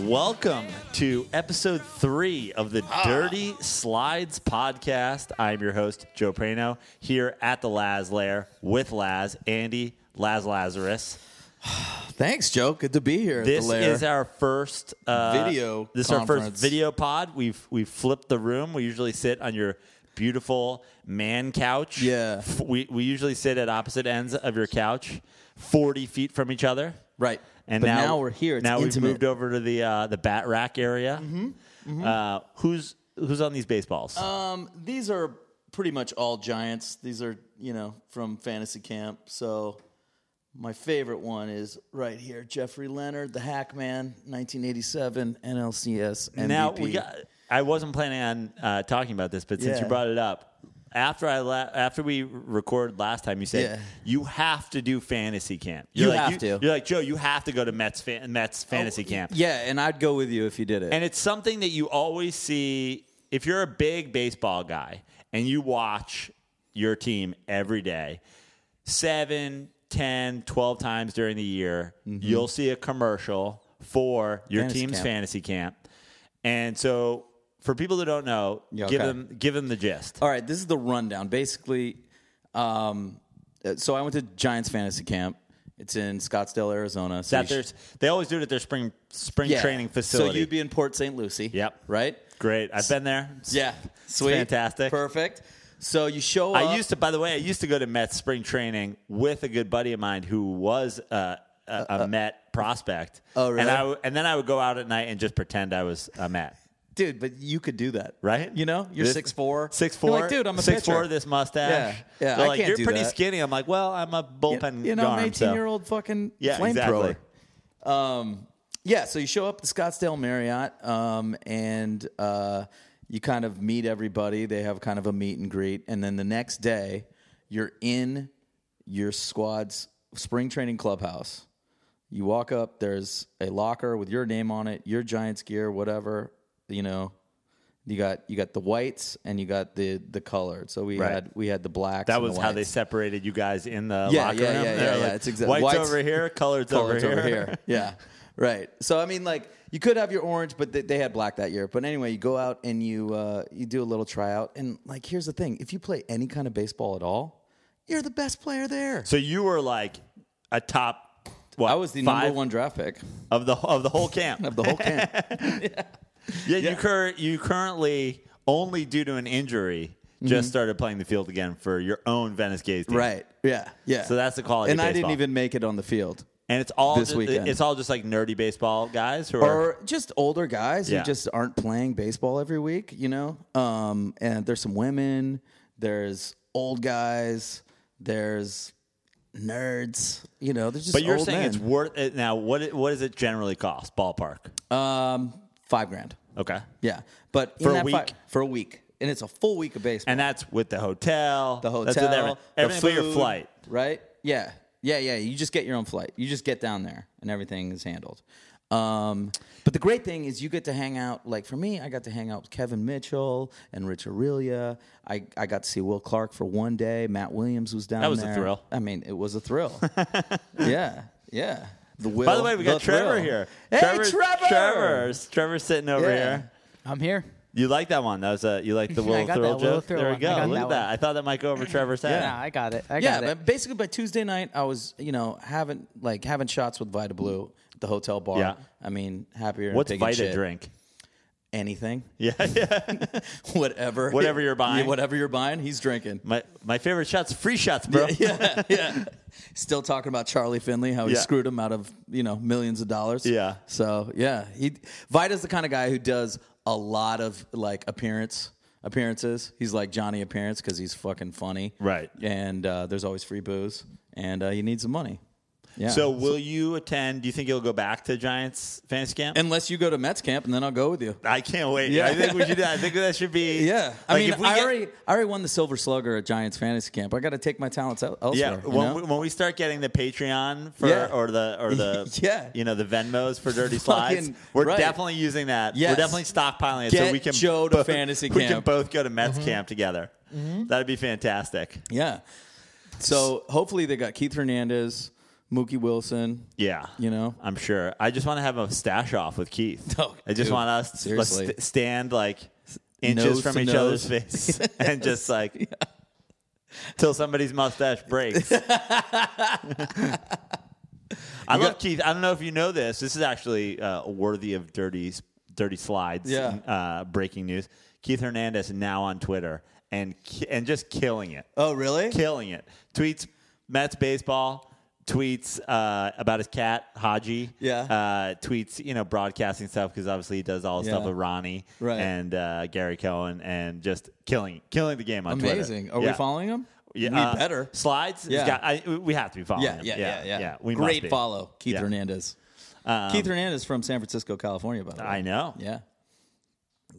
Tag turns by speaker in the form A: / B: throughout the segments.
A: Welcome to episode three of the
B: Ah.
A: Dirty Slides podcast. I'm your host, Joe Prano, here at the Laz Lair with Laz, Andy, Laz Lazarus.
B: Thanks, Joe. Good to be here.
A: This
B: at the lair.
A: is our first uh,
B: Video
A: This is our first
B: conference.
A: video pod. We've we've flipped the room. We usually sit on your beautiful man couch.
B: Yeah.
A: F- we we usually sit at opposite ends of your couch, forty feet from each other.
B: right.
A: And
B: but now, we're here. It's
A: now
B: intimate. Mm-hmm.
A: we've moved over to the uh, the bat rack area. Uh, who's who's on these baseballs?
B: Um, these are pretty much all giants. These are you know from fantasy camp. So my favorite one is right here, Jeffrey Leonard, the Hack Man, 1987 NLCS MVP.
A: now we got. I wasn't planning on uh, talking about this, but since you
B: Yeah.
A: brought it up, after I la- after we recorded last time, you said
B: Yeah.
A: you have to do fantasy camp.
B: You
A: You're like,
B: have to. Oh,
A: You're like Joe. You have to go to Mets fan- Mets fantasy camp.
B: Yeah, and I'd go with you if you did it.
A: And it's something that you always see if you're a big baseball guy and you watch your team every day, seven, 10, 12 times during the year, you'll see a commercial for your
B: Mm-hmm. Fantasy
A: team's
B: camp.
A: fantasy camp. And so for people that don't know,
B: Yeah,
A: give
B: okay.
A: them give them the gist.
B: All right, this is the rundown. Basically, um, uh, so I went to Giants fantasy camp. It's in Scottsdale, Arizona. So
A: That
B: you sh-
A: there's they always do it at their spring spring
B: Yeah.
A: training facility.
B: So you'd be in Port St. Lucie.
A: Yep.
B: Right.
A: Great. I've been there. It's-
B: Yeah,
A: it's
B: sweet,
A: fantastic.
B: perfect. So you show up.
A: I used to, by the way, I used to go to Mets spring training with a good buddy of mine who was uh, a, a Met prospect.
B: oh, really?
A: And, I w- and then I would go out at night and just pretend I was a Met.
B: dude, but you could do that,
A: Right?
B: You know, you're
A: This-
B: six four,
A: Six four,
B: like, dude, I'm a
A: six four.
B: pitcher.
A: This mustache.
B: Yeah, yeah,
A: They're
B: I
A: like,
B: can't
A: you're
B: do
A: pretty
B: that."
A: skinny. I'm like, well, I'm a bullpen.
B: you know, I'm
A: arm,
B: 18
A: so-
B: year old fucking
A: Yeah,
B: flamethrower.
A: exactly.
B: Um, yeah, so you show up at the Scottsdale Marriott, um, and uh, you kind of meet everybody. They have kind of a meet and greet, and then the next day, you're in your squad's spring training clubhouse. You walk up. There's a locker with your name on it, your Giants gear, whatever. You know, you got you got the whites and you got the the colored. So we
A: Right.
B: had we had the blacks.
A: That
B: and the
A: was how they
B: whites.
A: separated you guys in the
B: Yeah,
A: locker
B: yeah,
A: room.
B: yeah,
A: They're
B: yeah,
A: like,
B: yeah, it's exact-
A: Whites,
B: whites-
A: over here, coloreds,
B: colors over here. yeah. Right. So I mean, like you could have your orange, but they, they had black that year. But anyway, you go out and you uh, you do a little tryout. And like, here's the thing: if you play any kind of baseball at all, you're the best player there.
A: So you were like a top. What,
B: I was the
A: five
B: number one draft pick
A: of the of the whole camp.
B: of the whole camp.
A: Yeah, you cur- you currently only due to an injury just started playing the field again for your own Venice Gays team.
B: Mm-hmm. right. Yeah. Yeah.
A: So that's the quality
B: And
A: of
B: I didn't
A: baseball.
B: even make it on the field.
A: And it's all
B: This
A: just,
B: weekend.
A: it's all just like nerdy baseball guys who are
B: Or just older guys
A: Yeah.
B: who just aren't playing baseball every week, you know? Um, and there's some women, there's old guys, there's nerds, you know, there's just
A: but you're
B: old
A: saying
B: men.
A: it's worth it now what it- what does it generally cost ballpark?
B: um five grand.
A: Okay.
B: Yeah. But in
A: For a
B: that fi-
A: week?
B: for a week. And it's a full week of baseball.
A: And that's with the hotel,
B: the hotel,
A: that's with everything,
B: the
A: everything but your
B: food,
A: flight.
B: right? Yeah, yeah, yeah. You just get your own flight. You just get down there, and everything is handled. Um, but the great thing is you get to hang out. Like for me, I got to hang out with Kevin Mitchell and Rich Aurelia. I, I got to see Will Clark for one day. Matt Williams was down.
A: That was a
B: there.
A: thrill.
B: I mean, it was a thrill. yeah, yeah. The Will,
A: By the way, we got Trevor
B: thrill.
A: here.
B: Hey,
A: Trevor's,
B: Trevor!
A: Trevor's, Trevor's sitting over
B: Yeah.
A: here.
C: I'm here.
A: You like that one? That was a you like the
C: I
A: Will
C: got
A: Thrill
C: that Will
A: joke?
C: Thrill
A: there we
C: one. I
A: go.
C: got
A: Look
C: that
A: at that.
C: one.
A: I thought that might go over Trevor's head.
C: Yeah, I got it. I
B: yeah,
C: got it.
B: but basically by Tuesday night, I was you know having like having shots with Vita Blue at the hotel bar.
A: Yeah.
B: I mean happier. than
A: What's
B: pig and
A: Vita
B: shit.
A: drink?
B: Anything,
A: Yeah, yeah.
B: whatever,
A: Whatever you're buying.
B: Yeah, whatever you're buying, he's drinking.
A: My my favorite shots, free shots, bro.
B: Yeah, yeah. Still talking about Charlie Finley, how he
A: Yeah.
B: screwed him out of you know millions of dollars.
A: Yeah.
B: So yeah, he Vita's the kind of guy who does a lot of like appearance appearances. He's like Johnny appearance because he's fucking funny,
A: Right.
B: And uh, there's always free booze, and uh, you need some money. Yeah.
A: So will you attend? Do you think you'll go back to Giants fantasy camp?
B: Unless you go to Mets camp, and then I'll go with you.
A: I can't wait.
B: Yeah.
A: I think we should. I think that should be.
B: Yeah, I
A: Like,
B: mean,
A: if we
B: I
A: get-
B: already, I already won the Silver Slugger at Giants Fantasy Camp. I got to take my talents out
A: Yeah,
B: elsewhere. you
A: when,
B: know?
A: we, when we start getting the Patreon for
B: Yeah.
A: or the or the
B: Yeah.
A: you know the Venmos for Dirty
B: Fucking
A: Slides, we're
B: right.
A: definitely using that.
B: Yes.
A: We're definitely stockpiling it so
B: Get
A: we can
B: Joe to fantasy
A: We can
B: camp. Mm-hmm.
A: both go to Mets camp together. That'd be fantastic.
B: yeah. So hopefully they got Keith Hernandez, Mookie Wilson.
A: Yeah,
B: You know?
A: I'm sure. I just want to have a stash off with Keith.
B: Oh,
A: I just
B: dude,
A: want us to let's
B: seriously.
A: st- stand like inches
B: Nose
A: from
B: to
A: each
B: nose.
A: other's face and just like till somebody's mustache breaks. I love Keith. I don't know if you know this. This is actually uh, worthy of dirty, dirty slides.
B: Yeah.
A: Uh, breaking news: Keith Hernandez now on Twitter and ki- and just killing it
B: Oh, really?
A: killing it. Tweets Mets baseball. Tweets uh, about his cat Haji.
B: Yeah.
A: Uh, tweets you know broadcasting stuff because obviously he does all the stuff
B: Yeah.
A: with Ronnie
B: Right.
A: and uh, Gary Cohen and just killing killing the game on Twitter.
B: Amazing. Are
A: Yeah.
B: we following him?
A: Yeah,
B: we
A: uh,
B: better.
A: slides. He's
B: Yeah.
A: got- I- we have to be following.
B: Yeah,
A: him.
B: yeah, yeah, yeah.
A: we must
B: Great
A: be.
B: follow, Keith
A: Yeah.
B: Hernandez. Keith Hernandez from San Francisco, California, by the way.
A: I know.
B: Yeah.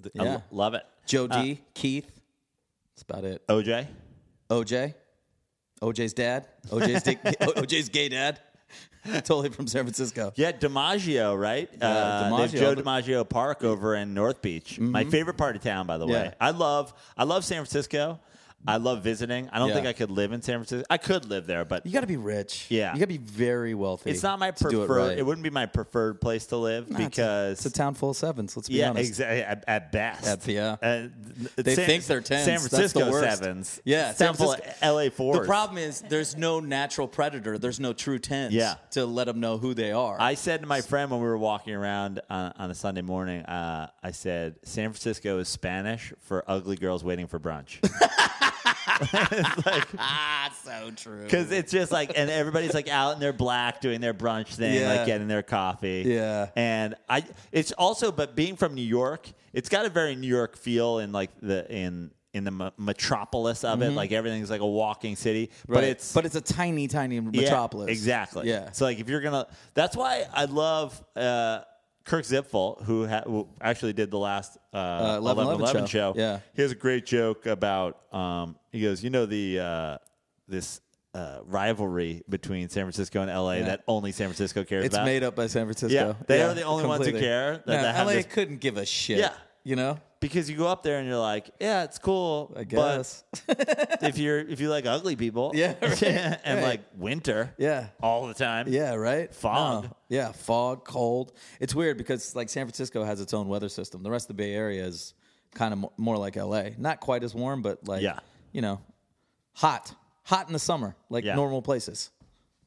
A: I
B: Yeah.
A: lo- love it.
B: Joe D, Keith. That's about it.
A: OJ.
B: OJ. OJ's dad. OJ's, dick, OJ's gay dad. Totally from San Francisco.
A: Yeah, DiMaggio, right? uh, they have
B: DiMaggio,
A: Joe
B: but-
A: DiMaggio Park over in North Beach. My favorite part of town, by the way.
B: Yeah.
A: I love I love San Francisco. I love visiting. I don't
B: Yeah.
A: think I could live in San Francisco. I could live there, but
B: You got to be rich.
A: Yeah.
B: You got to be very wealthy.
A: it's not my
B: to do
A: preferred. It,
B: right.
A: wouldn't be my preferred place to live because
B: it's a town full of sevens. Let's be
A: yeah,
B: honest.
A: exactly. At, at best,
B: At- yeah.
A: Uh,
B: They
A: San-
B: think they're tens.
A: San
B: That's the
A: Francisco
B: worst.
A: sevens.
B: Yeah,
A: It's
B: San
A: down full of
B: Francisco-
A: L.A. fours.
B: The problem is there's no natural predator. There's no true tens
A: Yeah.
B: to let them know who they are.
A: I said to my friend when we were walking around on, on a Sunday morning, uh, I said, San Francisco is Spanish for ugly girls waiting for brunch.
B: ah, so true.
A: Because it's just like, and everybody's like out in their black doing their brunch thing,
B: Yeah.
A: like getting their coffee.
B: Yeah.
A: And I, it's also, but being from New York, it's got a very New York feel in like the, in, in the me- metropolis of
B: Mm-hmm.
A: it, like everything's like a walking city, but it's
B: but it's a tiny, tiny
A: Yeah,
B: metropolis.
A: exactly.
B: Yeah.
A: So like if you're gonna, that's why I love uh, Kirk Zipfel, who, ha- who actually did the last uh, 11, 11, show.
B: Yeah.
A: He has a great joke about. Um, he goes, you know the uh, this. Uh, rivalry between San Francisco and LA that only San Francisco cares
B: it's
A: about.
B: made up by San Francisco.
A: Yeah, they are the only ones who care that
B: no,
A: they have
B: LA
A: this-
B: couldn't give a shit.
A: Yeah.
B: You know?
A: because you go up there and you're like, yeah, it's cool.
B: I guess.
A: But if you're if you like ugly people,
B: Yeah, right,
A: and
B: right.
A: like winter,
B: yeah.
A: all the time,
B: Yeah, right?
A: Fog.
B: No. Yeah, fog, cold. It's weird because like San Francisco has its own weather system. The rest of the Bay Area is kind of mo- more like LA. Not quite as warm, but like
A: Yeah.
B: you know, hot. Hot in the summer, like
A: Yeah.
B: normal places.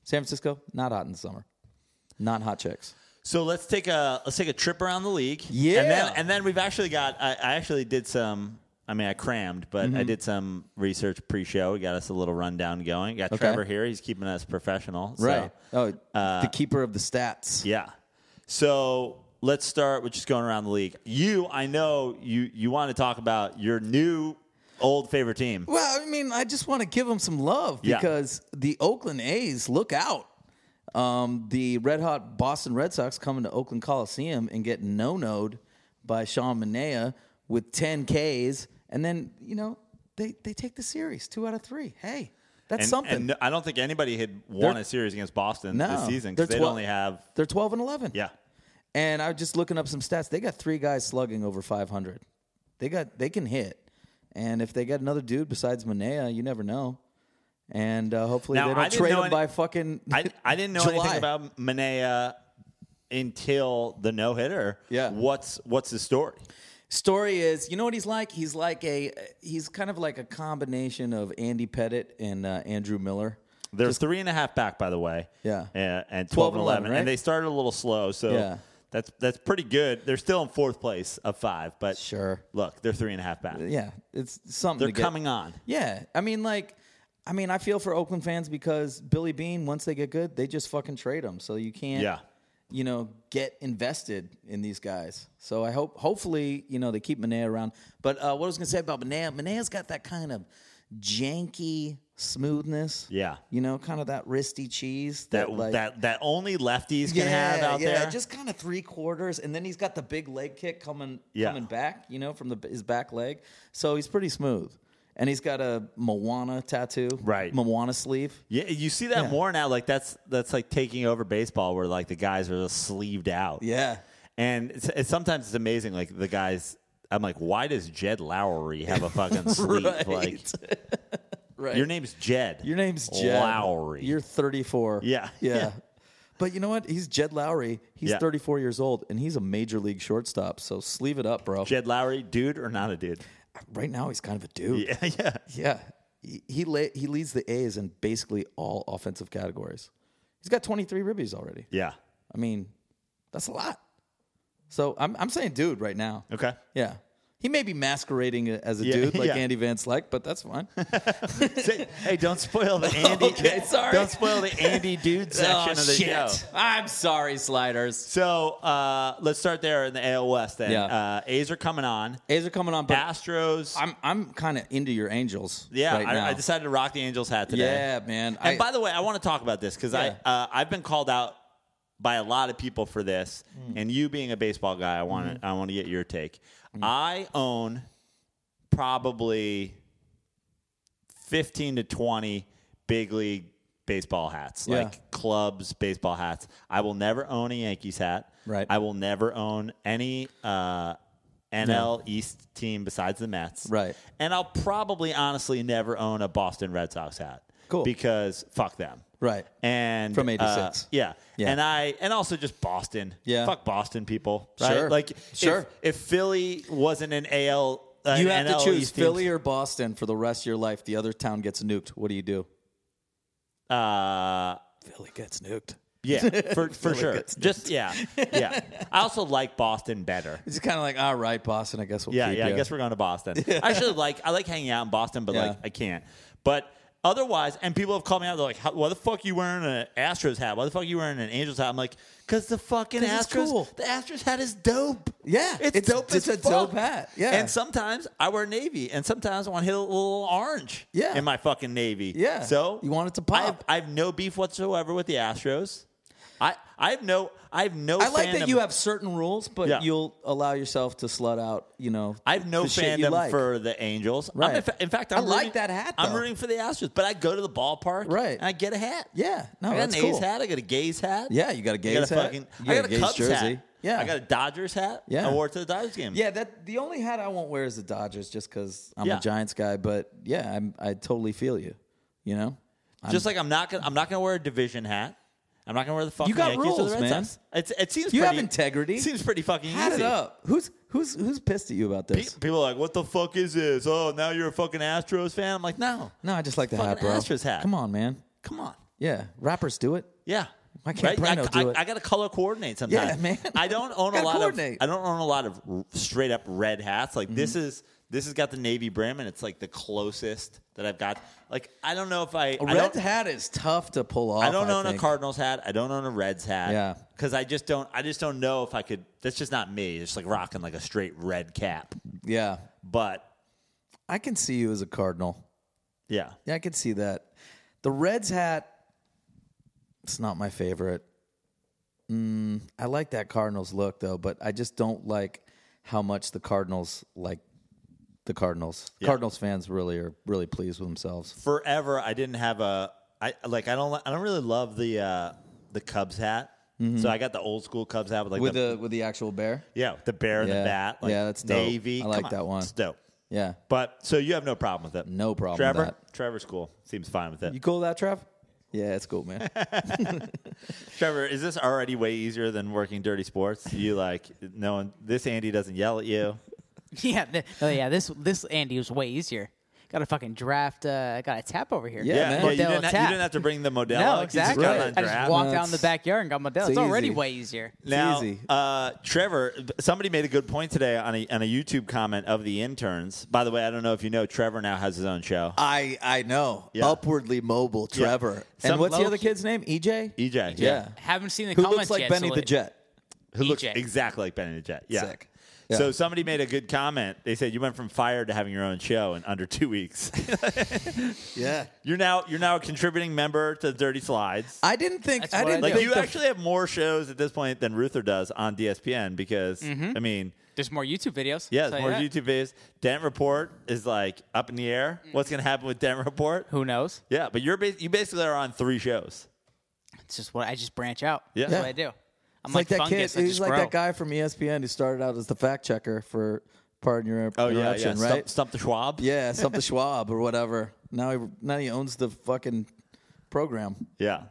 B: San Francisco, not hot in the summer. Not hot chicks.
A: So let's take a let's take a trip around the league.
B: Yeah.
A: and then, and then we've actually got. I, I actually did some. I mean, I crammed, but
B: Mm-hmm.
A: I did some research pre-show. We got us a little rundown going. Got Trevor here. He's keeping us professional. So,
B: So, oh,
A: Uh,
B: the keeper of the stats.
A: Yeah. So let's start with just going around the league. You, I know you. You want to talk about your new old favorite team.
B: Well, I mean, I just want to give them some love
A: Yeah.
B: because the Oakland A's look out. Um, the red hot Boston Red Sox coming to Oakland Coliseum and get no noed by Sean Manea with 10 Ks. And then, you know, they, they take the series two out of three. Hey, that's
A: And,
B: something.
A: and I don't think anybody had won a series against Boston
B: no,
A: this season
B: they're
A: because they'd
B: 12
A: only have.
B: They're 12 and 11.
A: Yeah.
B: And I was just looking up some stats. They got three guys slugging over 500. They got they can hit. And if they got another dude besides Manea, you never know. And uh, hopefully
A: Now,
B: they
A: I
B: don't
A: didn't
B: trade
A: know
B: him
A: any-
B: by fucking.
A: I, I didn't know
B: July.
A: anything about Manea until the no hitter.
B: Yeah.
A: What's what's the story?
B: Story is, you know what he's like? He's like a he's kind of like a combination of Andy Pettit and uh, Andrew Miller.
A: There's three and a half back, by the way.
B: Yeah.
A: And, and 12 and 11.
B: right?
A: And they started a little slow. So
B: Yeah.
A: that's that's pretty good. They're still in fourth place of five, but
B: Sure.
A: look, they're three and a half back.
B: Yeah, it's something.
A: They're
B: to get-
A: coming on.
B: Yeah, I mean, like, I mean, I feel for Oakland fans because Billy Bean, once they get good, they just fucking trade them. So you can't,
A: Yeah.
B: you know, get invested in these guys. So I hope, hopefully, you know, they keep Manea around. But uh, what I was gonna say about Manea, Manea's got that kind of janky smoothness.
A: Yeah.
B: You know, kind of that wristy cheese that,
A: That
B: like
A: that that only lefties can have out
B: yeah,
A: there.
B: just kind of three quarters, and then he's got the big leg kick coming
A: Yeah.
B: coming back, you know, from the his back leg. So he's pretty smooth, and he's got a Moana tattoo,
A: Right.
B: Moana sleeve.
A: yeah, you see that
B: Yeah.
A: more now. Like that's that's like taking over baseball, where like the guys are just sleeved out.
B: Yeah,
A: And it's, it's sometimes it's amazing. Like the guys, I'm like, why does Jed Lowry have a fucking sleeve?
B: right.
A: Like
B: right.
A: your name's Jed.
B: Your name's Jed
A: Lowry.
B: You're 34.
A: Yeah.
B: yeah.
A: Yeah.
B: But you know what? He's Jed Lowry. He's
A: Yeah.
B: 34 years old, and he's a major league shortstop. So sleeve it up, bro.
A: Jed Lowry, dude or not a dude?
B: Right now, he's kind of a dude.
A: Yeah, yeah.
B: Yeah. He he, le- he leads the A's in basically all offensive categories. He's got 23 ribbies already.
A: Yeah.
B: I mean, that's a lot. So I'm I'm saying dude right now.
A: Okay.
B: Yeah. He may be masquerading as a
A: Yeah,
B: dude like
A: yeah.
B: Andy Van Slyke, but that's fine.
A: Say- hey, don't spoil the Andy.
B: Okay, sorry. Oh,
A: Don't spoil the Andy dude section of the show.
B: I'm sorry, sliders.
A: So uh, let's start there in the AL West. Then
B: Yeah.
A: uh, A's are coming on.
B: A's are coming on, but
A: Astros.
B: I'm I'm kind of into your Angels.
A: yeah,
B: right now.
A: I, I decided to rock the Angels hat today.
B: yeah, man.
A: And
B: I,
A: by the way, I want to talk about this because
B: Yeah.
A: I uh, I've been called out by a lot of people for this,
B: Mm.
A: and you being a baseball guy, I want to I want to get your take.
B: Mm.
A: I own probably fifteen to twenty big league baseball hats,
B: Yeah.
A: like clubs baseball hats. I will never own a Yankees hat.
B: Right.
A: I will never own any. Uh, NL East team besides the Mets.
B: Right.
A: And I'll probably honestly never own a Boston Red Sox hat.
B: Cool.
A: Because fuck them.
B: right.
A: And
B: From
A: uh,
B: 86.
A: yeah.
B: Yeah.
A: And I and also just Boston.
B: Yeah.
A: Fuck Boston people. Right.
B: Sure.
A: Like if-
B: Sure.
A: if, Philly wasn't an AL uh,
B: You have
A: NL
B: to choose
A: East team,
B: Philly or Boston for the rest of your life. The other town gets nuked. What do you do?
A: uh
B: Philly gets nuked.
A: yeah, for for sure.
B: gets
A: Just yeah. Yeah. I also like Boston better.
B: It's kind of like, all right, Boston. I guess we'll
A: Yeah,
B: keep
A: yeah.
B: you.
A: I guess we're going to Boston. I actually like I like hanging out in Boston, but
B: Yeah.
A: like I can't. But otherwise, and people have called me out. They're like, "How- "Why the fuck you wearing an Astros hat? Why the fuck you wearing an Angels hat?" I'm like, "Cause the fucking
B: 'Cause it's
A: Astros,
B: cool.
A: the Astros hat is dope.
B: Yeah,
A: it's,
B: it's-
A: dope.
B: it's
A: as
B: a
A: fuck.
B: dope hat. Yeah.
A: and sometimes I wear navy, and sometimes I want to hit a little orange.
B: Yeah.
A: in my fucking navy.
B: Yeah.
A: so
B: You want it to
A: I have,
B: pop.
A: I have no beef whatsoever with the Astros. I I have no I have no.
B: I like
A: fandom-
B: that you have certain rules, but
A: Yeah.
B: you'll allow yourself to slut out. You know,
A: I have no
B: the shit you
A: fandom
B: like.
A: for the Angels. I'm
B: Right.
A: in, fa- in fact, I'm
B: I like
A: rooting-
B: that hat,
A: I'm
B: though.
A: rooting for the Astros, but I go to the ballpark,
B: Right.
A: And I get a hat.
B: Yeah, no,
A: I got
B: that's
A: an
B: cool.
A: A's hat. I got a Gays hat.
B: Yeah, you got a
A: I
B: Gays
A: got a
B: hat.
A: fucking.
B: You
A: I got a,
B: Gays
A: Cubs
B: jersey.
A: hat.
B: Yeah,
A: I got a Dodgers hat.
B: Yeah.
A: I wore it to the Dodgers game.
B: Yeah, that the only hat I won't wear is the Dodgers, just because I'm
A: Yeah.
B: a Giants guy. But yeah, I'm, I totally feel you. You know, I'm-
A: just like I'm not gonna. I'm not gonna wear a division hat. I'm not gonna wear the fucking
B: got
A: Yankees or the
B: rules,
A: Red
B: man.
A: Sox. It's, it seems
B: You have
A: pretty-
B: integrity.
A: Seems pretty fucking
B: hat it
A: easy.
B: up. Who's who's who's pissed at you about
A: Pe-
B: this?
A: People are like, what the fuck is this? Oh, now you're a fucking Astros fan. I'm like, no,
B: No, I just like the hat,
A: fucking
B: bro.
A: Astros hat.
B: Come on, man.
A: come on.
B: Yeah, rappers do it.
A: Yeah.
B: Why can't Brando
A: I,
B: do
A: I,
B: it?
A: I gotta color coordinate sometimes.
B: Yeah, man.
A: I don't own a
B: Gotta
A: lot
B: coordinate.
A: of
B: Mm-hmm.
A: I don't own a lot of r- straight up red hats. Like this is this has got the navy brim and it's like the closest that I've got. Like I don't know if I
B: A
A: I
B: red
A: don't,
B: hat is tough to pull off.
A: I don't own a
B: think.
A: Cardinals hat. I don't own a Reds hat.
B: Yeah.
A: Because I just don't I just don't know if I could that's just not me. It's like rocking like a straight red cap.
B: Yeah,
A: But
B: I can see you as a cardinal.
A: yeah.
B: Yeah, I can see that. The Reds hat, it's not my favorite. Mm, I like that Cardinals look though, but I just don't like how much the Cardinals like the Cardinals. Cardinals fans really are really pleased with themselves.
A: Forever I didn't have a I like I don't I don't really love the uh the Cubs hat. So I got the old school Cubs hat with like
B: Mm-hmm. With
A: the
B: the with the actual bear?
A: Yeah, the bear and the
B: Yeah.
A: bat. Like
B: Yeah, that's dope.
A: navy.
B: I like
A: Come on,
B: that one.
A: It's dope.
B: Yeah.
A: But so you have no problem with it?
B: No problem with
A: Trevor.
B: that.
A: Trevor's cool. Seems fine with it.
B: You cool with that, Trev? Yeah, it's cool, man.
A: Trevor, is this already way easier than working dirty sports? You like no one. This Andy doesn't yell at you.
C: Yeah, th- oh yeah. This this Andy was way easier. Got to fucking draft. Uh, got a tap over here.
B: Yeah, man.
A: you,
C: Modelo
A: didn't ha- you
C: tap.
A: didn't have to bring the Modelo.
C: No,
A: You just
C: exactly.
A: got
B: Right.
A: on
C: I just
A: draft.
C: walked
B: No,
C: out in the
B: it's-
C: backyard and got Modelo. It's,
B: it's
C: already
B: easy.
C: way easier.
A: Now,
B: easy.
A: Uh, Trevor, somebody made a good point today on a, on a YouTube comment of the interns. By the way, I don't know if you know, Trevor now has his own show.
B: I I know.
A: Yeah.
B: Upwardly mobile Trevor.
A: Some
B: and what's the
A: low-
B: other kid's name? EJ?
A: EJ,
B: Yeah.
A: yeah.
C: Haven't seen the
B: Who
C: comments
B: looks like
C: yet.
B: Benny
C: so
B: the
C: E like-
B: Jet?
A: who looks
C: EJ.
A: exactly like Ben and Jet. Yeah.
B: Sick. Yeah.
A: So somebody made a good comment. They said you went from fire to having your own show in under two weeks.
B: Yeah.
A: you're now you're now a contributing member to Dirty Slides.
B: I didn't think
C: That's
B: I
C: what I
B: didn't
C: do.
A: Like
B: think
A: you
B: the-
A: actually have more shows at this point than Ruther does on DSPN because I mean,
C: There's more YouTube videos.
A: yeah,
C: Tell
A: it's
C: you
A: more
C: that.
A: YouTube videos. Dent Report is like up in the air. What's going to happen with Dent Report?
C: Who knows?
A: Yeah, but you're ba- you basically are on three shows.
C: It's just what I just branch out.
A: Yeah.
C: That's
A: Yeah.
C: what I do. I'm
B: It's like, that kid.
C: fungus. I
B: He's
C: just
B: like
C: grow.
B: that guy from E ESPN who started out as the fact checker for Pardon Your
A: Oh,
B: Interruption,
A: Stump-
B: right?
A: Stump, the Schwab.
B: Yeah, something Schwab or whatever. Now he now he owns the fucking program.
A: Yeah.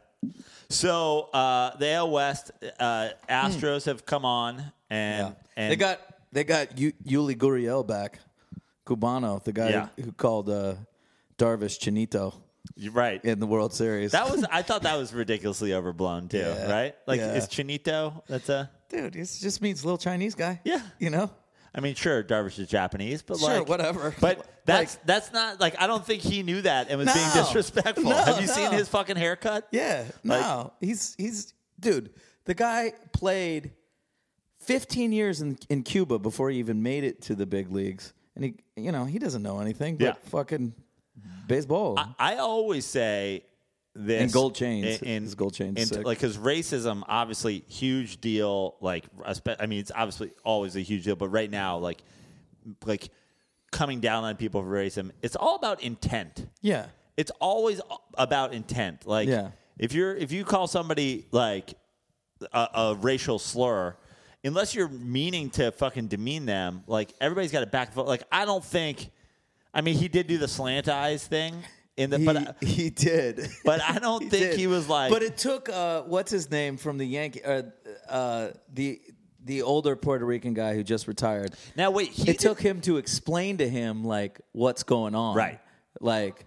A: So uh, the AL West uh, Astros have come on, and, and
B: they got they got U- Yuli Gurriel back, Cubano, the guy
A: Yeah.
B: who, who called uh, Darvish Chinito
A: you're right.
B: in the World Series.
A: That was I thought that was ridiculously overblown too.
B: Yeah.
A: Right? Like
B: Yeah.
A: is Chinito? That's a.
B: dude. It just means little Chinese guy.
A: Yeah.
B: you know.
A: I mean, sure, Darvish is Japanese, but
B: Sure,
A: like
B: whatever.
A: But that's
B: Like-
A: that's not like I don't think he knew that and was being
B: No.
A: disrespectful.
B: No,
A: have you seen
B: no.
A: his fucking haircut?
B: Yeah, no, he's he's dude. The guy played 15 years in in Cuba before he even made it to the big leagues, and he you know he doesn't know anything but
A: Yeah.
B: fucking baseball.
A: I always say this
B: Um, And gold chains. His gold chain's sick.
A: like because racism, obviously, huge deal. Like, espe- I mean, it's obviously always a huge deal, but right now, like, like coming down on people for racism, it's all about intent.
B: yeah,
A: It's always about intent. Like,
B: Yeah.
A: if you're if you call somebody like a, a racial slur. Unless you're meaning to fucking demean them, like everybody's got to back. Like I don't think, I mean, he did do the slant eyes thing in the,
B: he,
A: but I-
B: he did.
A: but I don't think
B: did.
A: he was like.
B: But it took uh, what's his name from the Yankee, uh, uh, the the older Puerto Rican guy who just retired.
A: now wait, he
B: it took him to explain to him like what's going on.
A: Right.
B: Like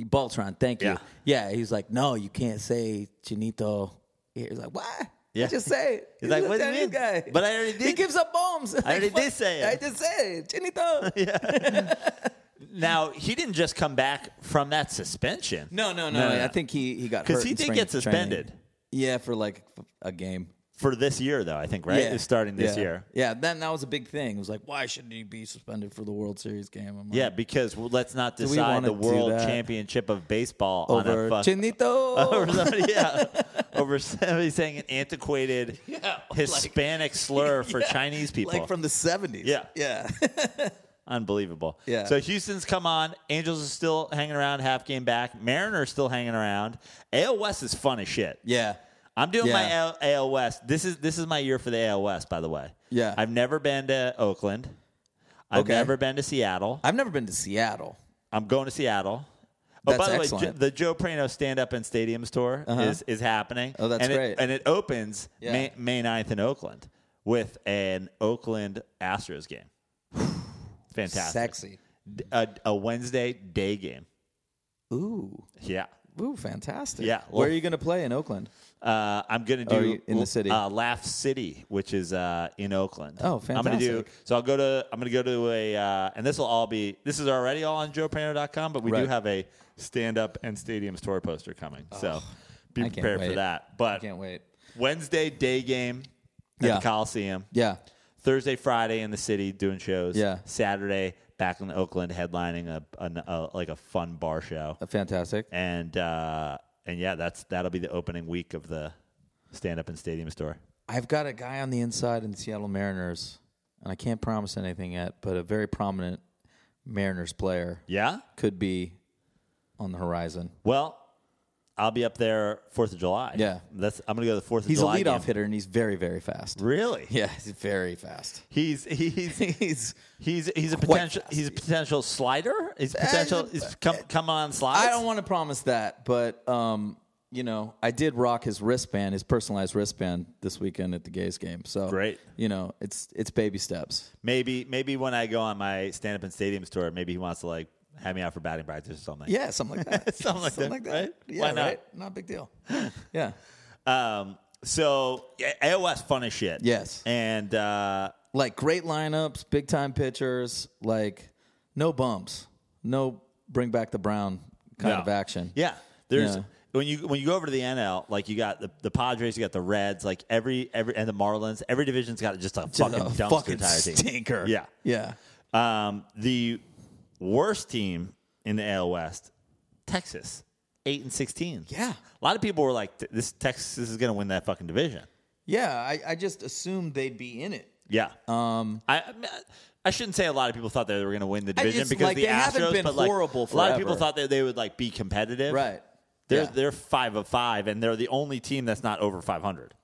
B: Baltron, thank you.
A: Yeah.
B: Yeah. He's like, no, you can't say Chinito. here." He's like, why?
A: Yeah.
B: Just say it.
A: He's like,
B: a
A: "What do you
B: Chinese
A: mean?
B: Guy.
A: But I already
B: He
A: did-
B: gives up bombs. I
A: already did say it."
B: I just said it. Chinito.
A: now he didn't just come back from that suspension.
B: No, no, no. I think he he got
A: because
B: because
A: he did get suspended
B: Yeah, for like a game.
A: for this year, though. I think right,
B: Yeah.
A: It's starting this
B: Yeah.
A: year.
B: Yeah, then that was a big thing. It was like, why should he be suspended for the World Series game? I'm like,
A: Yeah, because well, let's not
B: we
A: decide
B: wanna
A: the
B: do
A: world
B: that?
A: championship of baseball on
B: over
A: a fuck,
B: Chinito.
A: over somebody, yeah, over somebody saying an antiquated Hispanic slur for Chinese people.
B: like from the 70s.
A: Yeah.
B: Yeah.
A: Unbelievable.
B: Yeah.
A: So Houston's come on. Angels are still hanging around, half game back. Mariners still hanging around. AL West is fun as shit.
B: yeah.
A: I'm doing my
B: Yeah.
A: AL, AL West. This is this is my year for the AL West, by the way.
B: Yeah.
A: I've never been to Oakland. I've
B: Okay.
A: never been to Seattle.
B: I've never been to Seattle.
A: I'm going to Seattle.
B: That's
A: oh, by the way,
B: excellent. Uh-huh.
A: J- the Joe Prano stand up and stadiums tour is is happening.
B: Oh, that's
A: and
B: great.
A: It, and it opens
B: Yeah.
A: May, May 9th in Oakland with an Oakland Astros game. Fantastic.
B: Sexy.
A: D- a, a Wednesday day game.
B: Ooh.
A: Yeah.
B: Ooh, fantastic.
A: Yeah,
B: Where
A: well-
B: are you going to play in Oakland?
A: Uh, I'm gonna do
B: Oh, you- in the city.
A: uh, Laugh City, which is uh, in Oakland.
B: Oh,
A: I'm gonna do
B: fantastic.
A: so. I'll go to I'm gonna go to a uh, and this will all be this is already all on JoePrano.com, but we do
B: Right.
A: have a stand up and stadiums tour poster coming, so be
B: I can't
A: prepared for
B: wait.
A: that. But
B: Can't wait.
A: Wednesday day game at
B: Yeah.
A: the Coliseum.
B: Yeah.
A: Thursday, Friday in the city doing shows.
B: Yeah.
A: Saturday back in Oakland headlining a, a, a like a fun bar show.
B: Uh, Fantastic.
A: and uh, and yeah, that's that'll be the opening week of the stand up and stadium store.
B: I've got a guy on the inside in the Seattle Mariners, and I can't promise anything yet, but a very prominent Mariners player
A: Yeah.
B: could be on the horizon.
A: Well, I'll be up there Fourth of July.
B: Yeah.
A: that's I'm gonna go to the Fourth of
B: He's
A: July.
B: a leadoff
A: game.
B: hitter, and he's very, very fast.
A: Really?
B: Yeah, he's very fast.
A: He's he's
B: he's.
A: he's he's a
B: Quite
A: potential
B: fast.
A: he's a potential slider. He's a potential he's come come on slides.
B: Eh, I don't want to promise that, but um, you know, I did rock his wristband, his personalized wristband this weekend at the Gays game. So
A: Great.
B: you know, it's it's baby steps.
A: maybe maybe when I go on my stand up and stadium store, maybe he wants to like have me out for batting practice or something.
B: Yeah, something like that.
A: Something like that, right?
B: Yeah,
A: Why not?
B: right? Not a big deal. yeah,
A: Um. So yeah, AOS fun as shit.
B: Yes.
A: And uh,
B: like great lineups, big time pitchers, like no bumps, no bring back the Brown kind
A: No.
B: of action.
A: Yeah, there's
B: Yeah.
A: when you when you go over to the NL, like you got the, the Padres, you got the Reds, like every every and the Marlins, every division's got just a fucking
B: a
A: dumpster
B: fucking
A: tire team.
B: stinker.
A: Yeah.
B: Yeah.
A: Um, the worst team in the AL West, Texas, eight and sixteen.
B: Yeah.
A: a lot of people were like, "Th- "This Texas is going to win that fucking division."
B: Yeah. I, I just assumed they'd be in it.
A: Yeah. Um, I I mean, I shouldn't say a lot of people thought they were going to win the division
B: it's
A: because
B: like
A: the
B: they
A: Astros,
B: haven't been
A: but like
B: horrible
A: a lot of people
B: forever.
A: thought that they would like be competitive.
B: Right.
A: They're
B: Yeah.
A: they're five of five, and they're the only team that's not over five hundred,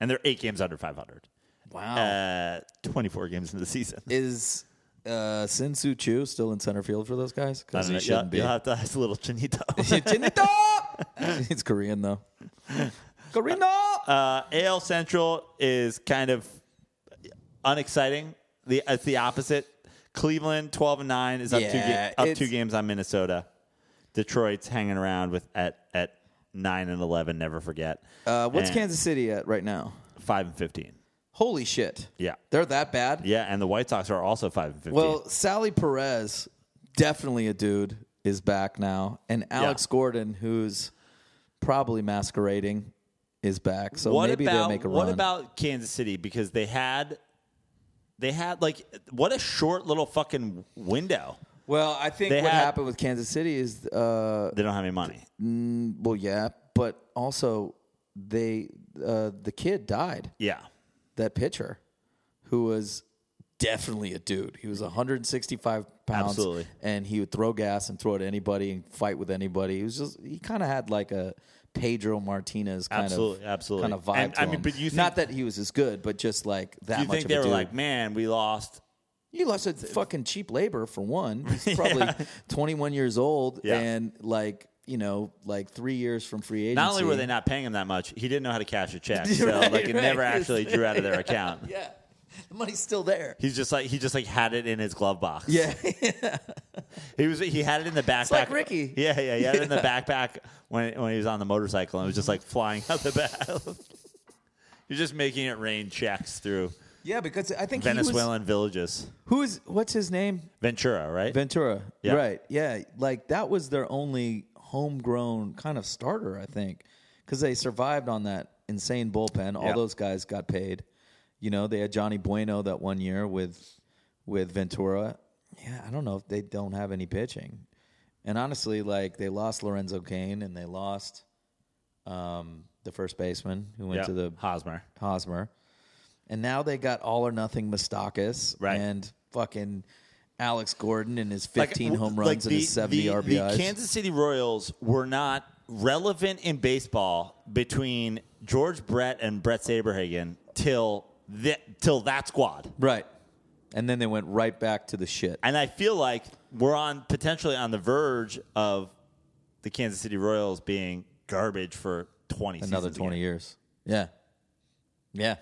A: and they're eight games under five hundred.
B: Wow.
A: Uh, twenty four games into the season.
B: Is uh, Sin Soo Chu still in center field for those guys?
A: I
B: Because
A: don't know.
B: he shouldn't
A: You'll,
B: be.
A: you'll have to ask little Chinito.
B: Chinito! it's Korean though. Korean.
A: Uh, AL Central is kind of unexciting. The it's the opposite. Cleveland twelve and nine is up two
B: Yeah,
A: ga- up
B: it's-
A: two games on Minnesota. Detroit's hanging around with at at nine and eleven. Never forget.
B: Uh, what's
A: And
B: Kansas City at right now?
A: Five and fifteen.
B: Holy shit!
A: Yeah.
B: they're that bad.
A: Yeah, and the White Sox are also five and fifteen.
B: Well, Sally Perez, definitely a dude, is back now, and Alex Gordon, who's probably masquerading, is back. So
A: what
B: maybe
A: about
B: they'll make a
A: what
B: run.
A: about Kansas City because they had they had like what a short little fucking window.
B: well, I think
A: They
B: what
A: had-
B: happened with Kansas City is, uh,
A: They don't have any money.
B: well, yeah, but also they uh, the kid died.
A: Yeah,
B: that pitcher who was definitely a dude. He was 165 pounds.
A: Absolutely.
B: And he would throw gas and throw at anybody and fight with anybody. He was just, he kind of had like a Pedro Martinez kind
A: Absolutely,
B: of
A: absolutely.
B: kind of vibe.
A: And,
B: to
A: I mean,
B: him.
A: but you think-
B: not that he was as good, but just like that
A: you
B: much
A: think
B: of
A: they
B: a
A: were
B: dude.
A: like, man, we lost
B: You lost at fucking cheap labor for one. He's probably 21 years old
A: Yeah.
B: and like, you know, like three years from free agency.
A: Not only were they not paying him that much, he didn't know how to cash a check, so
B: Right,
A: like it
B: right.
A: never actually drew out of their account.
B: Yeah. The money's still there.
A: He's just like he just like had it in his glove box.
B: Yeah.
A: he was he had it in the backpack.
B: like Ricky.
A: Yeah, yeah, he had it in the backpack when when he was on the motorcycle and it was just like flying out the back. He's just making it rain checks through
B: yeah, because I think he was-
A: Venezuelan villages.
B: Who is what's his name?
A: Ventura, right?
B: Ventura.
A: Yeah.
B: Right. Yeah. Like that was their only homegrown kind of starter, I think, because they survived on that insane bullpen. All
A: Yeah.
B: those guys got paid. You know, they had Johnny Bueno that one year with with Ventura. Yeah, I don't know if they don't have any pitching. And honestly, like they lost Lorenzo Kane and they lost um, the first baseman who went
A: Yeah.
B: to the
A: Hosmer.
B: Hosmer. And now they got all or nothing Mustakis
A: Right.
B: and fucking Alex Gordon and his
A: Like,
B: 15
A: w-
B: home runs
A: like
B: and his 70
A: the,
B: RBIs.
A: The Kansas City Royals were not relevant in baseball between George Brett and Brett Saberhagen till that till that squad.
B: right. And then they went right back to the shit.
A: And I feel like we're on potentially on the verge of the Kansas City Royals being garbage for 20
B: Another
A: seasons
B: 20
A: again.
B: years. Yeah. Yeah.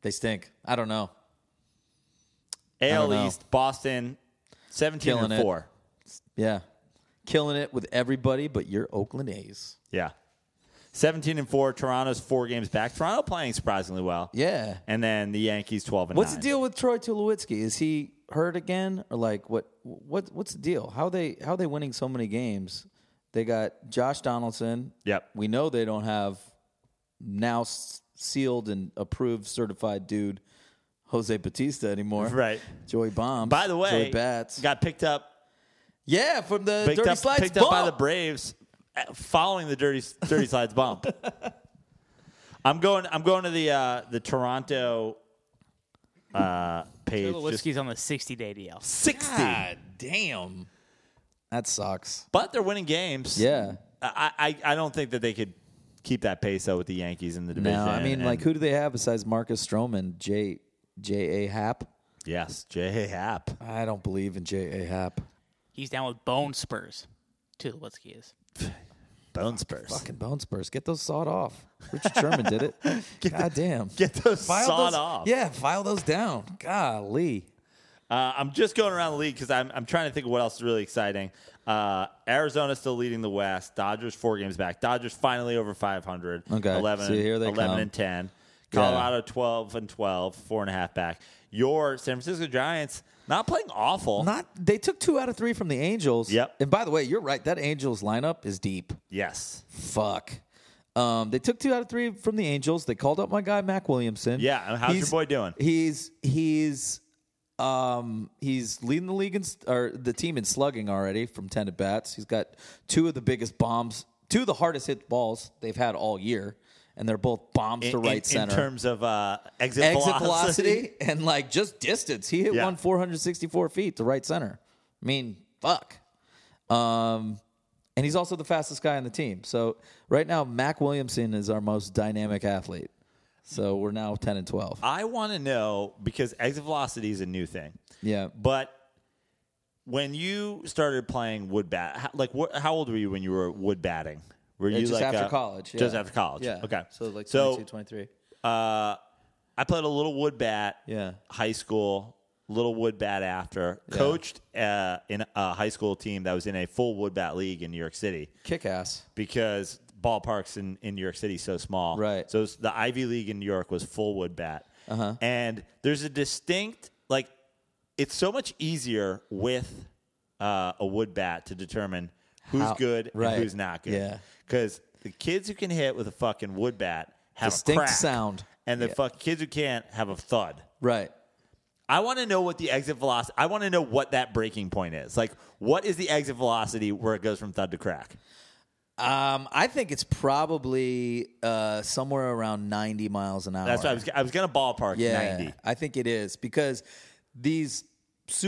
B: They stink. I don't know. don't
A: AL
B: know.
A: East, Boston 17
B: Killing
A: and
B: it.
A: 4.
B: Yeah. Killing it with everybody but your Oakland A's.
A: Yeah. 17 and 4, Toronto's 4 games back. Toronto playing surprisingly well.
B: Yeah.
A: And then the Yankees 12 and
B: What's
A: 9.
B: the deal with Troy Tulowitzki? Is he hurt again, or like what? What? What's the deal? How they? How they winning so many games? They got Josh Donaldson.
A: Yep.
B: We know they don't have now s- sealed and approved certified dude Jose Batista anymore.
A: Right.
B: Joey Bombs.
A: By the way,
B: Joey Bats.
A: got picked up
B: yeah, from the
A: picked
B: Dirty
A: up
B: Slides
A: picked up by the
B: bump.
A: Braves uh, following the Dirty Dirty Slides bump. I'm going I'm going to the uh, the Toronto uh, page just
C: Tulowitzki's on the 60 day DL.
A: 60.
B: God damn. That sucks.
A: But they're winning games.
B: Yeah.
A: I, I I don't think that they could keep that pace though with the Yankees in the division.
B: Now, I mean,
A: and-
B: like, who do they have besides Marcus Stroman? J. J. A. Happ.
A: yes, J Happ.
B: I don't believe in J.A. Happ.
C: He's down with bone spurs. Tulowitzki is.
A: Bone Spurs.
B: Fucking bone spurs. Get those sawed off. Richard Sherman did it. God damn.
A: Get those
B: File
A: sawed
B: those-
A: off.
B: Yeah, file those down. Golly.
A: Uh, I'm just going around the league because I'm, I'm trying to think of what else is really exciting. Uh, Arizona's still leading the West. Dodgers four games back. Dodgers finally over 500.
B: Okay,
A: 11,
B: so here they
A: 11
B: come.
A: and 10. Colorado 12 and 12, four and a half back. your San Francisco Giants not playing awful.
B: Not they took two out of three from the Angels.
A: Yep.
B: And by the way, you're right. That Angels lineup is deep.
A: yes.
B: Fuck. Um, they took two out of three from the Angels. They called up my guy Mac Williamson.
A: Yeah, how's your boy doing?
B: He's he's um, he's leading the league in, s- or the team in slugging already from ten at bats. He's got two of the biggest bombs, two of the hardest hit balls they've had all year, and they're both bombs to
A: In-
B: right
A: in,
B: center.
A: in terms of uh, exit,
B: exit
A: velocity.
B: velocity and like just distance. He hit
A: Yeah.
B: one 464 feet to right center. I mean, fuck. Um, and he's also the fastest guy on the team. So right now, Mac Williamson is our most dynamic athlete. So we're now 10 and 12.
A: I want to know because exit velocity is a new thing.
B: Yeah.
A: But when you started playing wood bat, how, like what, how old were you when you were wood batting? Were you
B: just
A: like
B: after
A: a-
B: college.
A: Just
B: yeah.
A: after college.
B: Yeah.
A: Okay.
B: So like 22,
A: so
B: 23.
A: uh, I played a little wood bat.
B: Yeah.
A: High school, little wood bat after. Coached uh, in a high school team that was in a full wood bat league in New York City
B: Kick ass.
A: because ballparks in, in New York City is so small.
B: Right.
A: So it's- the Ivy League in New York was full wood bat. Uh-huh. And there's a distinct, like, it's so much easier with uh, a wood bat to determine who's
B: How-
A: good
B: right.
A: and who's not good.
B: Yeah.
A: Because the kids who can hit with a fucking wood bat have
B: Distinct
A: a crack,
B: sound.
A: And the fuck kids who can't have a thud.
B: Right.
A: I want to know what the exit velocity. I want to know what that breaking point is. Like, what is the exit velocity where it goes from thud to crack?
B: Um, I think it's probably uh, somewhere around 90 miles an hour.
A: That's what I was. I was gonna ballpark ninety.
B: I think it is because these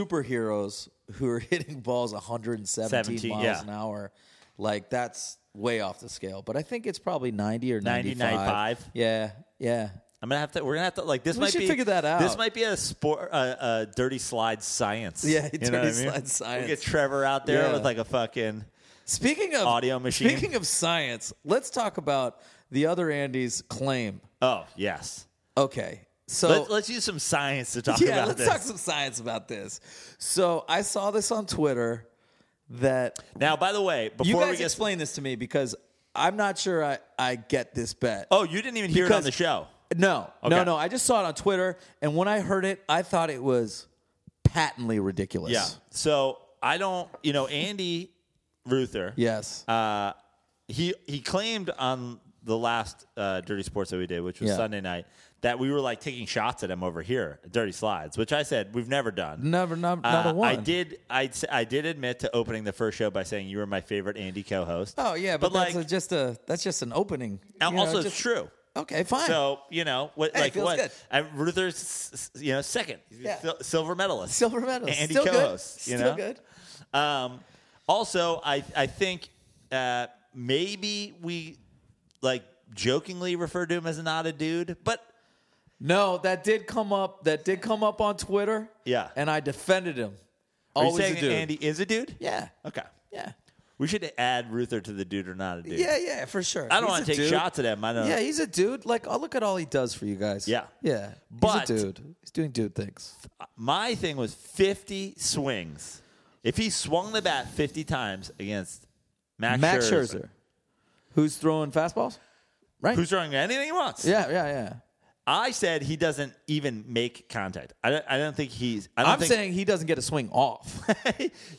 B: superheroes who are hitting balls 117
A: 17,
B: miles
A: yeah.
B: an hour, like that's way off the scale. But I think it's probably 90 or
A: 90,
B: 95.
A: 95.
B: Yeah, yeah.
A: I'm gonna have to. We're gonna have to like this.
B: We
A: might
B: should
A: be,
B: figure that out.
A: This might be a sport, uh, uh, dirty slide science.
B: Yeah,
A: You know what
B: dirty
A: I mean?
B: slide science.
A: We get Trevor out there
B: Yeah.
A: with like a fucking.
B: Speaking of
A: Audio machine.
B: Speaking of science, let's talk about the other Andy's claim.
A: Oh yes.
B: Okay, so
A: Let's, let's use some science to talk
B: yeah,
A: about
B: let's
A: this.
B: talk some science about this. So I saw this on Twitter that
A: now, by the way, before
B: you
A: we
B: guys
A: get
B: explain this to me because I'm not sure I, I get this bet.
A: oh, you didn't even hear it on
B: Because-
A: the show.
B: No, no,
A: Okay.
B: no. I just saw it on Twitter, and when I heard it, I thought it was patently ridiculous.
A: Yeah. So I don't. You know, Andy Ruther.
B: Yes.
A: Uh, he he claimed on the last uh, Dirty Sports that we did, which was
B: Yeah.
A: Sunday night, that we were like taking shots at him over here, at Dirty Slides, which I said we've never done.
B: Never, not, not
A: Uh,
B: a one.
A: I did. I I did admit to opening the first show by saying you were my favorite Andy co-host.
B: Oh yeah, but, that's
A: like
B: a, just a that's just an opening.
A: and
B: You know,
A: also it's
B: just-
A: true.
B: Okay, fine.
A: So you know what?
B: Hey,
A: like
B: feels
A: what?
B: good.
A: And Ruther's s- s- you know second, He's
B: Yeah.
A: sil- silver medalist,
B: Silver medal.
A: Andy
B: Still
A: co-host.
B: good.
A: You
B: Still
A: know?
B: good.
A: Um, also, I I think uh, maybe we like jokingly refer to him as an odd dude, but
B: No, that did come up. That did come up on Twitter.
A: Yeah.
B: and I defended him.
A: are you
B: Always
A: saying
B: a dude.
A: Andy is a dude?
B: Yeah,
A: Okay.
B: yeah,
A: We should add Ruther to the dude or not a dude.
B: yeah, yeah, for sure.
A: I don't
B: want to
A: take shots at him. I don't.
B: Yeah, he's a dude. Like, oh, look at all he does for you guys.
A: Yeah.
B: yeah.
A: But-
B: he's a dude. He's doing dude things.
A: My thing was 50 swings. If he swung the bat 50 times against Max,
B: Max
A: Scherzer,
B: Scherzer, who's throwing fastballs. Right.
A: who's throwing anything he wants,
B: yeah, yeah, yeah.
A: I said he doesn't even make contact. I don't, I don't think he's. I don't
B: I'm
A: think,
B: saying he doesn't get a swing off.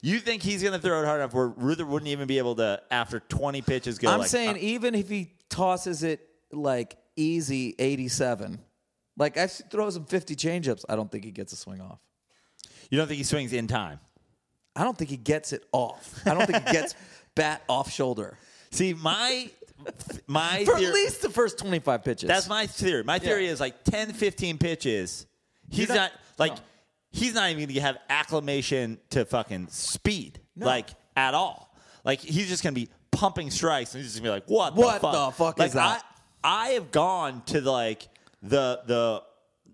A: you think he's going to throw it hard enough where Ruther wouldn't even be able to, after 20 pitches, go
B: I'm
A: like, uh,
B: saying even if he tosses it like easy 87, like I throws him 50 changeups, I don't think he gets a swing off.
A: "Uh, you don't think he swings in time?
B: I don't think he gets it off. I don't think he gets bat off shoulder
A: See, my my
B: for
A: theory,
B: at least the first 25 pitches.
A: that's my theory. My theory
B: Yeah.
A: is like 10, 15 pitches. He's not,
B: You're not-
A: like
B: no.
A: he's not even going to have acclimation to fucking speed, like at all. Like he's just going to be pumping strikes, and he's just going to be like, "What?
B: What
A: the fuck,
B: the fuck
A: like,
B: is that?
A: I, I have gone to the, like the the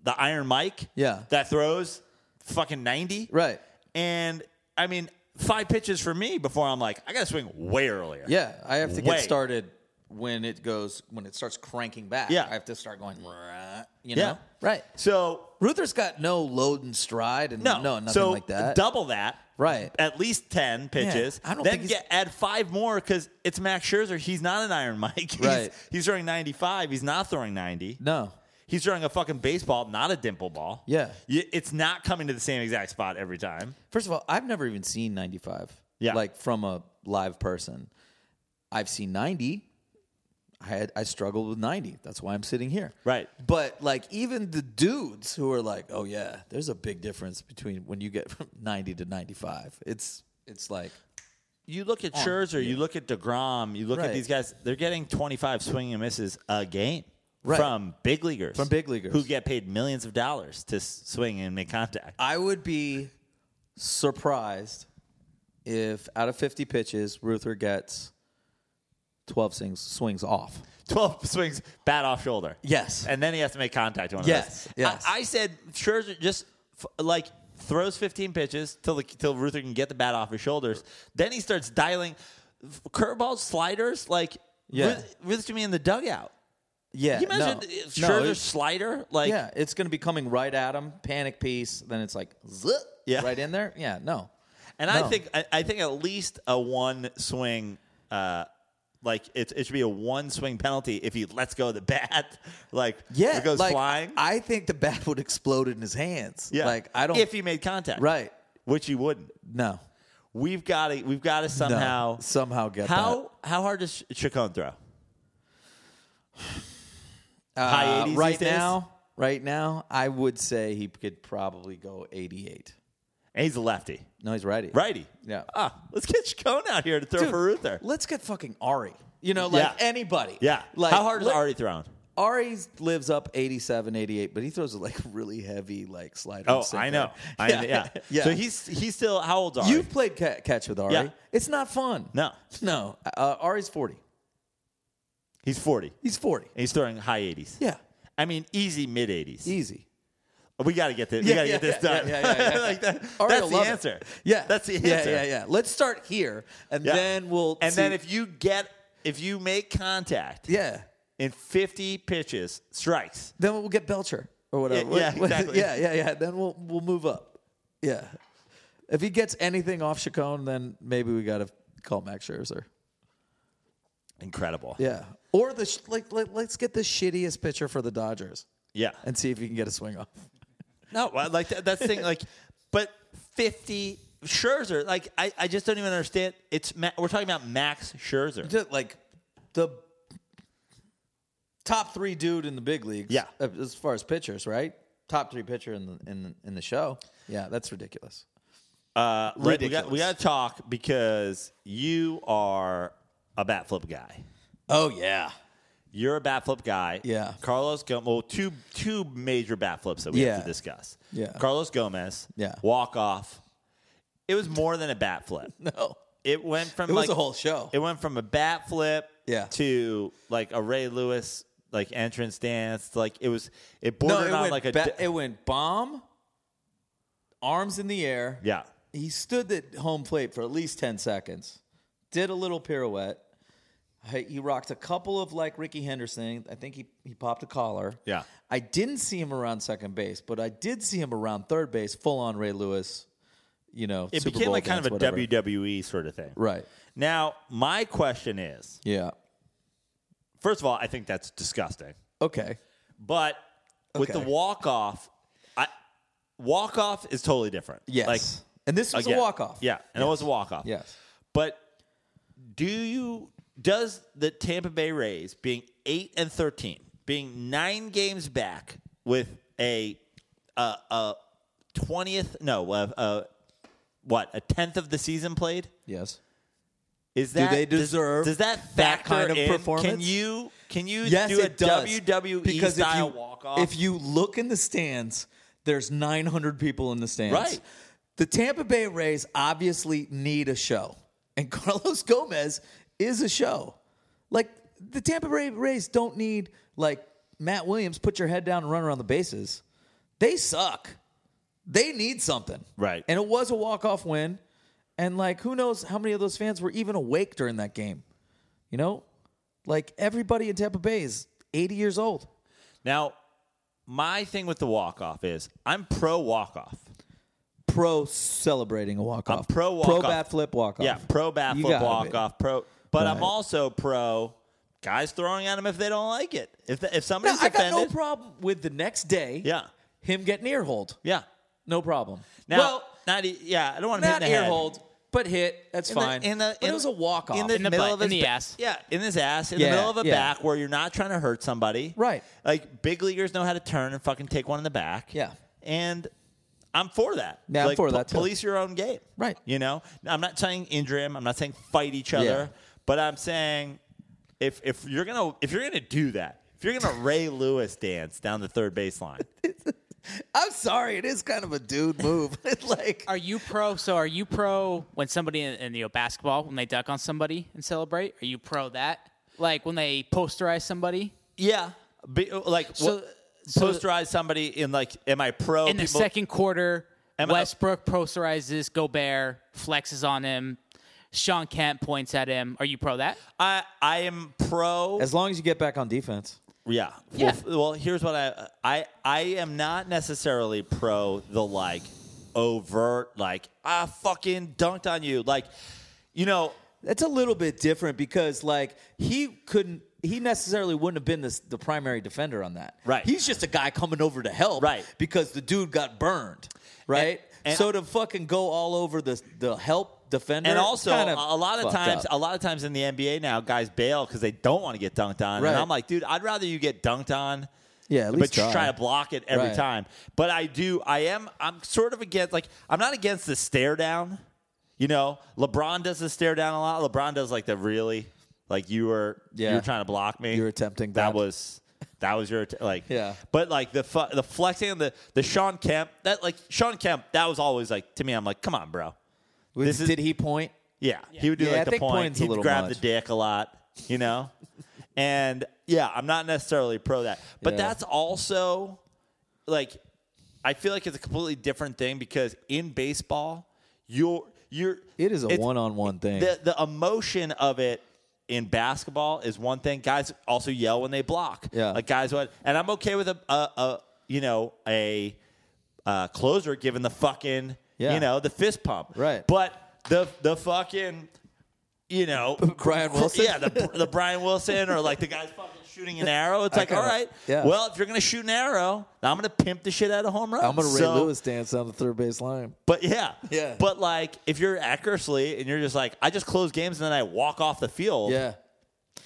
A: the Iron Mike,
B: Yeah.
A: that throws fucking ninety,
B: right.
A: And I mean, five pitches for me before I'm like, I got to swing way earlier.
B: Yeah, I have to get
A: Way.
B: started when it goes when it starts cranking back.
A: Yeah.
B: I have to start going. "Rah," You know,
A: Yeah.
B: right.
A: So
B: Ruther's got no load and stride, and
A: No,
B: no, nothing
A: so
B: like that.
A: Double that,
B: Right.
A: At least ten pitches.
B: I don't
A: then
B: think he's-
A: get, add five more because it's Max Scherzer. He's not an iron Mike. He's,
B: Right.
A: He's throwing ninety five. He's not throwing ninety.
B: no,
A: He's throwing a fucking baseball, not a dimple ball.
B: Yeah.
A: Y- It's not coming to the same exact spot every time.
B: First of all, I've never even seen 95.
A: Yeah.
B: Like from a live person. I've seen 90. I had I struggled with 90. That's why I'm sitting here.
A: Right.
B: But like even the dudes who are like, "Oh yeah, there's a big difference between when you get from 90 to 95." It's it's like
A: You look at Scherzer, you look at DeGrom, you look at
B: Right.
A: these guys, they're getting 25 swinging and misses a game
B: Right.
A: from big leaguers.
B: From big leaguers.
A: Who get paid millions of dollars to s- swing and make contact.
B: I would be surprised if out of 50 pitches, Ruther gets 12 swings, swings off.
A: 12 swings, bat off shoulder.
B: Yes.
A: And then he has to make contact with one
B: Yes,
A: of those.
B: yes.
A: I, I said Scherzer just f- like throws 15 pitches till the, till Ruther can get the bat off his shoulders. Then he starts dialing f- curveballs, sliders, like
B: Yeah.
A: Ruth, Ruther's gonna be in the dugout.
B: Yeah.
A: Can you imagine
B: no.
A: if
B: No,
A: Scherzer's
B: it's-
A: slider? Like
B: yeah, it's going to be coming right at him. Panic piece. Then it's like, zip,
A: Yeah.
B: right in there. Yeah, no.
A: and
B: No.
A: I think I, I think at least a one swing uh like it, it should be a one swing penalty if he lets go of the bat. Like
B: Yeah,
A: if it goes
B: like,
A: flying.
B: I think the bat would explode in his hands.
A: yeah.
B: like I don't.
A: if he made contact.
B: right,
A: Which he wouldn't.
B: no,
A: We've got to. We've got to
B: no,
A: somehow.
B: somehow get
A: how how hard does Ch- Chacon throw?
B: that. Uh,
A: high 80s
B: right
A: these days?
B: now. Right now, I would say he could probably go eighty-eight.
A: And he's a lefty,
B: No, he's righty.
A: righty.
B: Yeah.
A: Ah, let's get Chacon out here to throw
B: Dude,
A: for Ruther.
B: Let's get fucking Ari. You know, like
A: Yeah.
B: anybody.
A: Yeah.
B: Like
A: how hard is
B: let-
A: Ari throwing?
B: Ari lives up 87, 88, but he throws a like really heavy like slider.
A: Oh,
B: and
A: I
B: sinker.
A: know. I yeah. yeah. So he's he's still how old's Ari?
B: You've played ca- catch with Ari.
A: Yeah.
B: It's not fun.
A: no,
B: No. Uh, Ari's 40.
A: he's forty. And
B: He's 40.
A: he's throwing high eighties.
B: Yeah.
A: I mean, easy mid eighties.
B: Easy.
A: We got to get this. we
B: Yeah,
A: got to
B: yeah,
A: get this
B: yeah,
A: done.
B: yeah, yeah, yeah.
A: like that,
B: Ari
A: that's
B: will
A: the
B: love it.
A: answer.
B: Yeah.
A: that's the answer.
B: Yeah, yeah, yeah. Let's start here and
A: Yeah.
B: then we'll
A: And
B: see-
A: then if you get if you make contact
B: Yeah.
A: in fifty pitches, strikes.
B: Then we'll get Belcher or whatever.
A: Yeah, yeah,
B: What- what-
A: exactly.
B: yeah, yeah, yeah. Then we'll we'll move up. Yeah. If he gets anything off Chacon, then maybe we got to call Max Scherzer.
A: Incredible.
B: Yeah. Or the sh- like, like, let's get the shittiest pitcher for the Dodgers
A: yeah.
B: and see if you can get a swing off.
A: No, well, like that, that's the thing. Like, but fifty Scherzer. Like, I, I just don't even understand. It's Ma- we're talking about Max Scherzer.
B: Just, like the top three dude in the big leagues.
A: Yeah.
B: uh, As far as pitchers, right? Top three pitcher in the in the, in the show. Yeah, that's ridiculous.
A: Uh, let- we got we
B: ridiculous.
A: got to talk because you are a bat flip guy.
B: Oh yeah.
A: You're a bat flip guy.
B: Yeah.
A: Carlos Gomez. Well, two two major bat flips that we
B: Yeah.
A: have to discuss.
B: Yeah.
A: Carlos Gomez.
B: Yeah.
A: Walk off. It was more than a bat flip.
B: No.
A: It went from
B: It was
A: like,
B: a whole show.
A: It went from a bat flip
B: Yeah.
A: to like a Ray Lewis like entrance dance. Like it was it
B: no,
A: bordered
B: it
A: on
B: went
A: like a
B: ba-
A: di-
B: it went bomb, arms in the air.
A: yeah.
B: he stood at home plate for at least 10 seconds did a little pirouette He- he rocked a couple of like ricky henderson i think he, he popped a collar
A: Yeah.
B: i didn't see him around second base but i did see him around third base full on ray lewis you know
A: It
B: Super
A: became
B: Bowl
A: like kind
B: dance,
A: of a E
B: whatever.
A: WWE sort of thing.
B: right
A: Now, my question is,
B: yeah
A: first of all, I think that's disgusting.
B: okay
A: But with the
B: Okay.
A: walk off, I walk off is totally different.
B: yes
A: Like
B: and this was
A: again,
B: a walk-off
A: Yeah. And it was a walk off.
B: yes
A: But do you does the Tampa Bay Rays being eight and thirteen, being nine games back with a a a twentieth no a, a what a tenth of the season played
B: yes
A: is that
B: they
A: does-
B: deserve
A: does, that
B: that
A: factor
B: kind of
A: in? Can
B: performance?
A: you can you
B: yes,
A: do a
B: it does.
A: WWE
B: because
A: style
B: if you,
A: walk off?
B: If you look in the stands, there's 900 people in the stands.
A: Right.
B: The Tampa Bay Rays obviously need a show, and Carlos Gomez is a show. Like the Tampa Bay Rays don't need like Matt Williams. Put your head down and run around the bases. They suck. They need something.
A: Right.
B: And it was a walk off win. And like, who knows how many of those fans were even awake during that game? You know, like everybody in Tampa Bay is 80 years old.
A: now, my thing with the walk off is I'm pro walk off.
B: Pro celebrating a walk off.
A: pro walk-off.
B: Pro bat flip walk off.
A: Yeah, pro bat
B: You
A: flip
B: gotta
A: walk
B: be.
A: off. Pro, but I'm
B: Right.
A: also pro guys throwing at him if they don't like it. If the, if
B: No,
A: somebody's
B: I got
A: offended,
B: no problem with the next day.
A: Yeah.
B: him getting ear hold.
A: yeah.
B: No problem.
A: Now,
B: well,
A: not e- yeah. I don't want to hit
B: not
A: in the
B: ear
A: head.
B: hold, but hit. That's
A: In the-
B: fine.
A: in the-
B: But
A: in-
B: it was a walk off.
A: in the,
C: the
A: middle
C: butt,
A: of his
C: in the
A: ba-
C: ass.
A: Yeah, in his ass, in
B: Yeah,
A: the middle of a
B: yeah.
A: back where you're not trying to hurt somebody.
B: Right.
A: Like big leaguers know how to turn and fucking take one in the back.
B: Yeah.
A: And I'm for that.
D: Yeah, I'm
A: Like,
D: for that, too.
A: Police your own game.
D: Right.
A: You know, I'm not saying injure him. I'm not saying fight each other. But I'm saying if if you're gonna if you're gonna do that, if you're gonna Ray Lewis dance down the third baseline,
D: I'm sorry, it is kind of a dude move. It's like
C: Are you pro? So are you pro when somebody in, in you know, basketball when they duck on somebody and celebrate? Are you pro that? Like when they posterize somebody
A: yeah, be, like
C: So-
A: what-
C: so-
A: posterize somebody in like, am I pro
C: in the
A: Oh, people-
C: second quarter,
A: Am I-
C: Westbrook posterizes Gobert, flexes on him. Sean Kemp points at him. Are you pro that?
A: I I am pro.
B: as long as you get back on defense.
A: Yeah.
C: Yeah.
A: Well, f- well, here's what I I I am not necessarily pro the like overt like I fucking dunked on you like you know
B: That's a little bit different because like he couldn't he necessarily wouldn't have been this, the primary defender on that.
A: Right.
B: He's just a guy coming over to help.
A: Right.
B: Because the dude got burned. Right.
A: and-
B: so to fucking go all over the the help defender
A: and
B: it's
A: also
B: kinda
A: a a lot of
B: fucked
A: times
B: up.
A: a lot of times in the NBA now guys bail because they don't want to get dunked on
B: Right.
A: and I'm like dude I'd rather you get dunked on
B: Yeah, at
A: but
B: least
A: just
B: try.
A: try to block it every
B: Right.
A: time but I do I am I'm sort of against like I'm not against the stare down you know LeBron does the stare down a lot LeBron does like the really like you were you
B: Yeah.
A: were trying to block me
B: You were attempting
A: that,
B: that.
A: was that was your att- like
B: Yeah.
A: but like the fu- the flexing and the the Sean Kemp that like Sean Kemp that was always like to me I'm like come on bro this is-
B: did he point?
A: yeah, he would do
B: Yeah,
A: like
B: I
A: the
B: think
A: point.
B: pointing's a
A: He'd
B: little
A: grab the
B: much.
A: dick a lot, you know. and yeah, I'm not necessarily pro that, but
B: Yeah.
A: that's also like I feel like it's a completely different thing because in baseball, you're you're
B: It is a
A: it's-
B: one on one thing.
A: the the emotion of it in basketball is one thing. Guys also yell when they block.
B: Yeah.
A: like guys would, and I'm okay with a, a, a you know a uh, closer giving the fucking
B: Yeah.
A: you know the fist pump.
B: Right.
A: but the the fucking you know
B: Brian Wilson?
A: Yeah, the the Brian Wilson or like the guys fucking shooting an arrow. It's like
B: kinda-
A: all right,
B: yeah.
A: well if you're gonna shoot an arrow, I'm gonna pimp the shit out of home runs.
B: I'm gonna Ray
A: So-
B: Lewis dance on the third base line.
A: but yeah.
B: Yeah.
A: But like if you're at Kersley and you're just like, I just close games and then I walk off the field,
B: Yeah.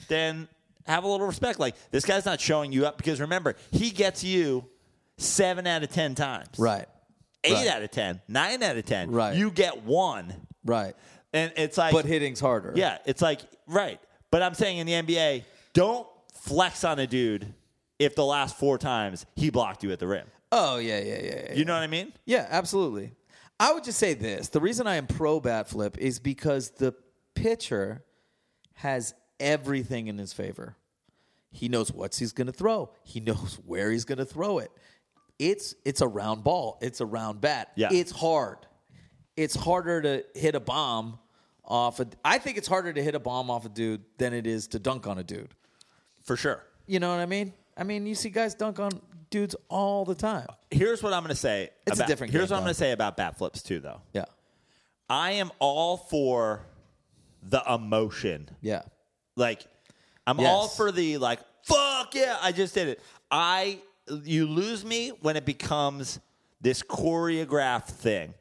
A: then have a little respect. Like this guy's not showing you up because remember, he gets you seven out of ten times.
B: Right.
A: Eight
B: right.
A: out of ten. Nine out of ten.
B: Right.
A: You get one.
B: Right.
A: And it's like
B: But hitting's harder.
A: Yeah, it's like right. But I'm saying in the NBA, don't flex on a dude if the last four times he blocked you at the rim.
B: Oh yeah, yeah, yeah. yeah.
A: You know what I mean?
B: Yeah, absolutely. I would just say this. The reason I am pro bat flip is because the pitcher has everything in his favor. He knows what he's going to throw. He knows where he's going to throw it. It's it's a round ball. It's a round bat.
A: Yeah.
B: It's hard. It's harder to hit a bomb off a I think it's harder to hit a bomb off a dude than it is to dunk on a dude.
A: For sure.
B: You know what I mean? I mean, you see guys dunk on dudes all the time.
A: Here's what I'm going to say.
B: It's a
A: about-
B: different
A: Here's what
B: game,
A: I'm
B: though.
A: going to say about bat flips too, though.
B: Yeah.
A: I am all for the emotion.
B: Yeah.
A: Like, I'm
B: Yes.
A: all for the like. Fuck yeah! I just did it. I you lose me when it becomes this choreographed thing.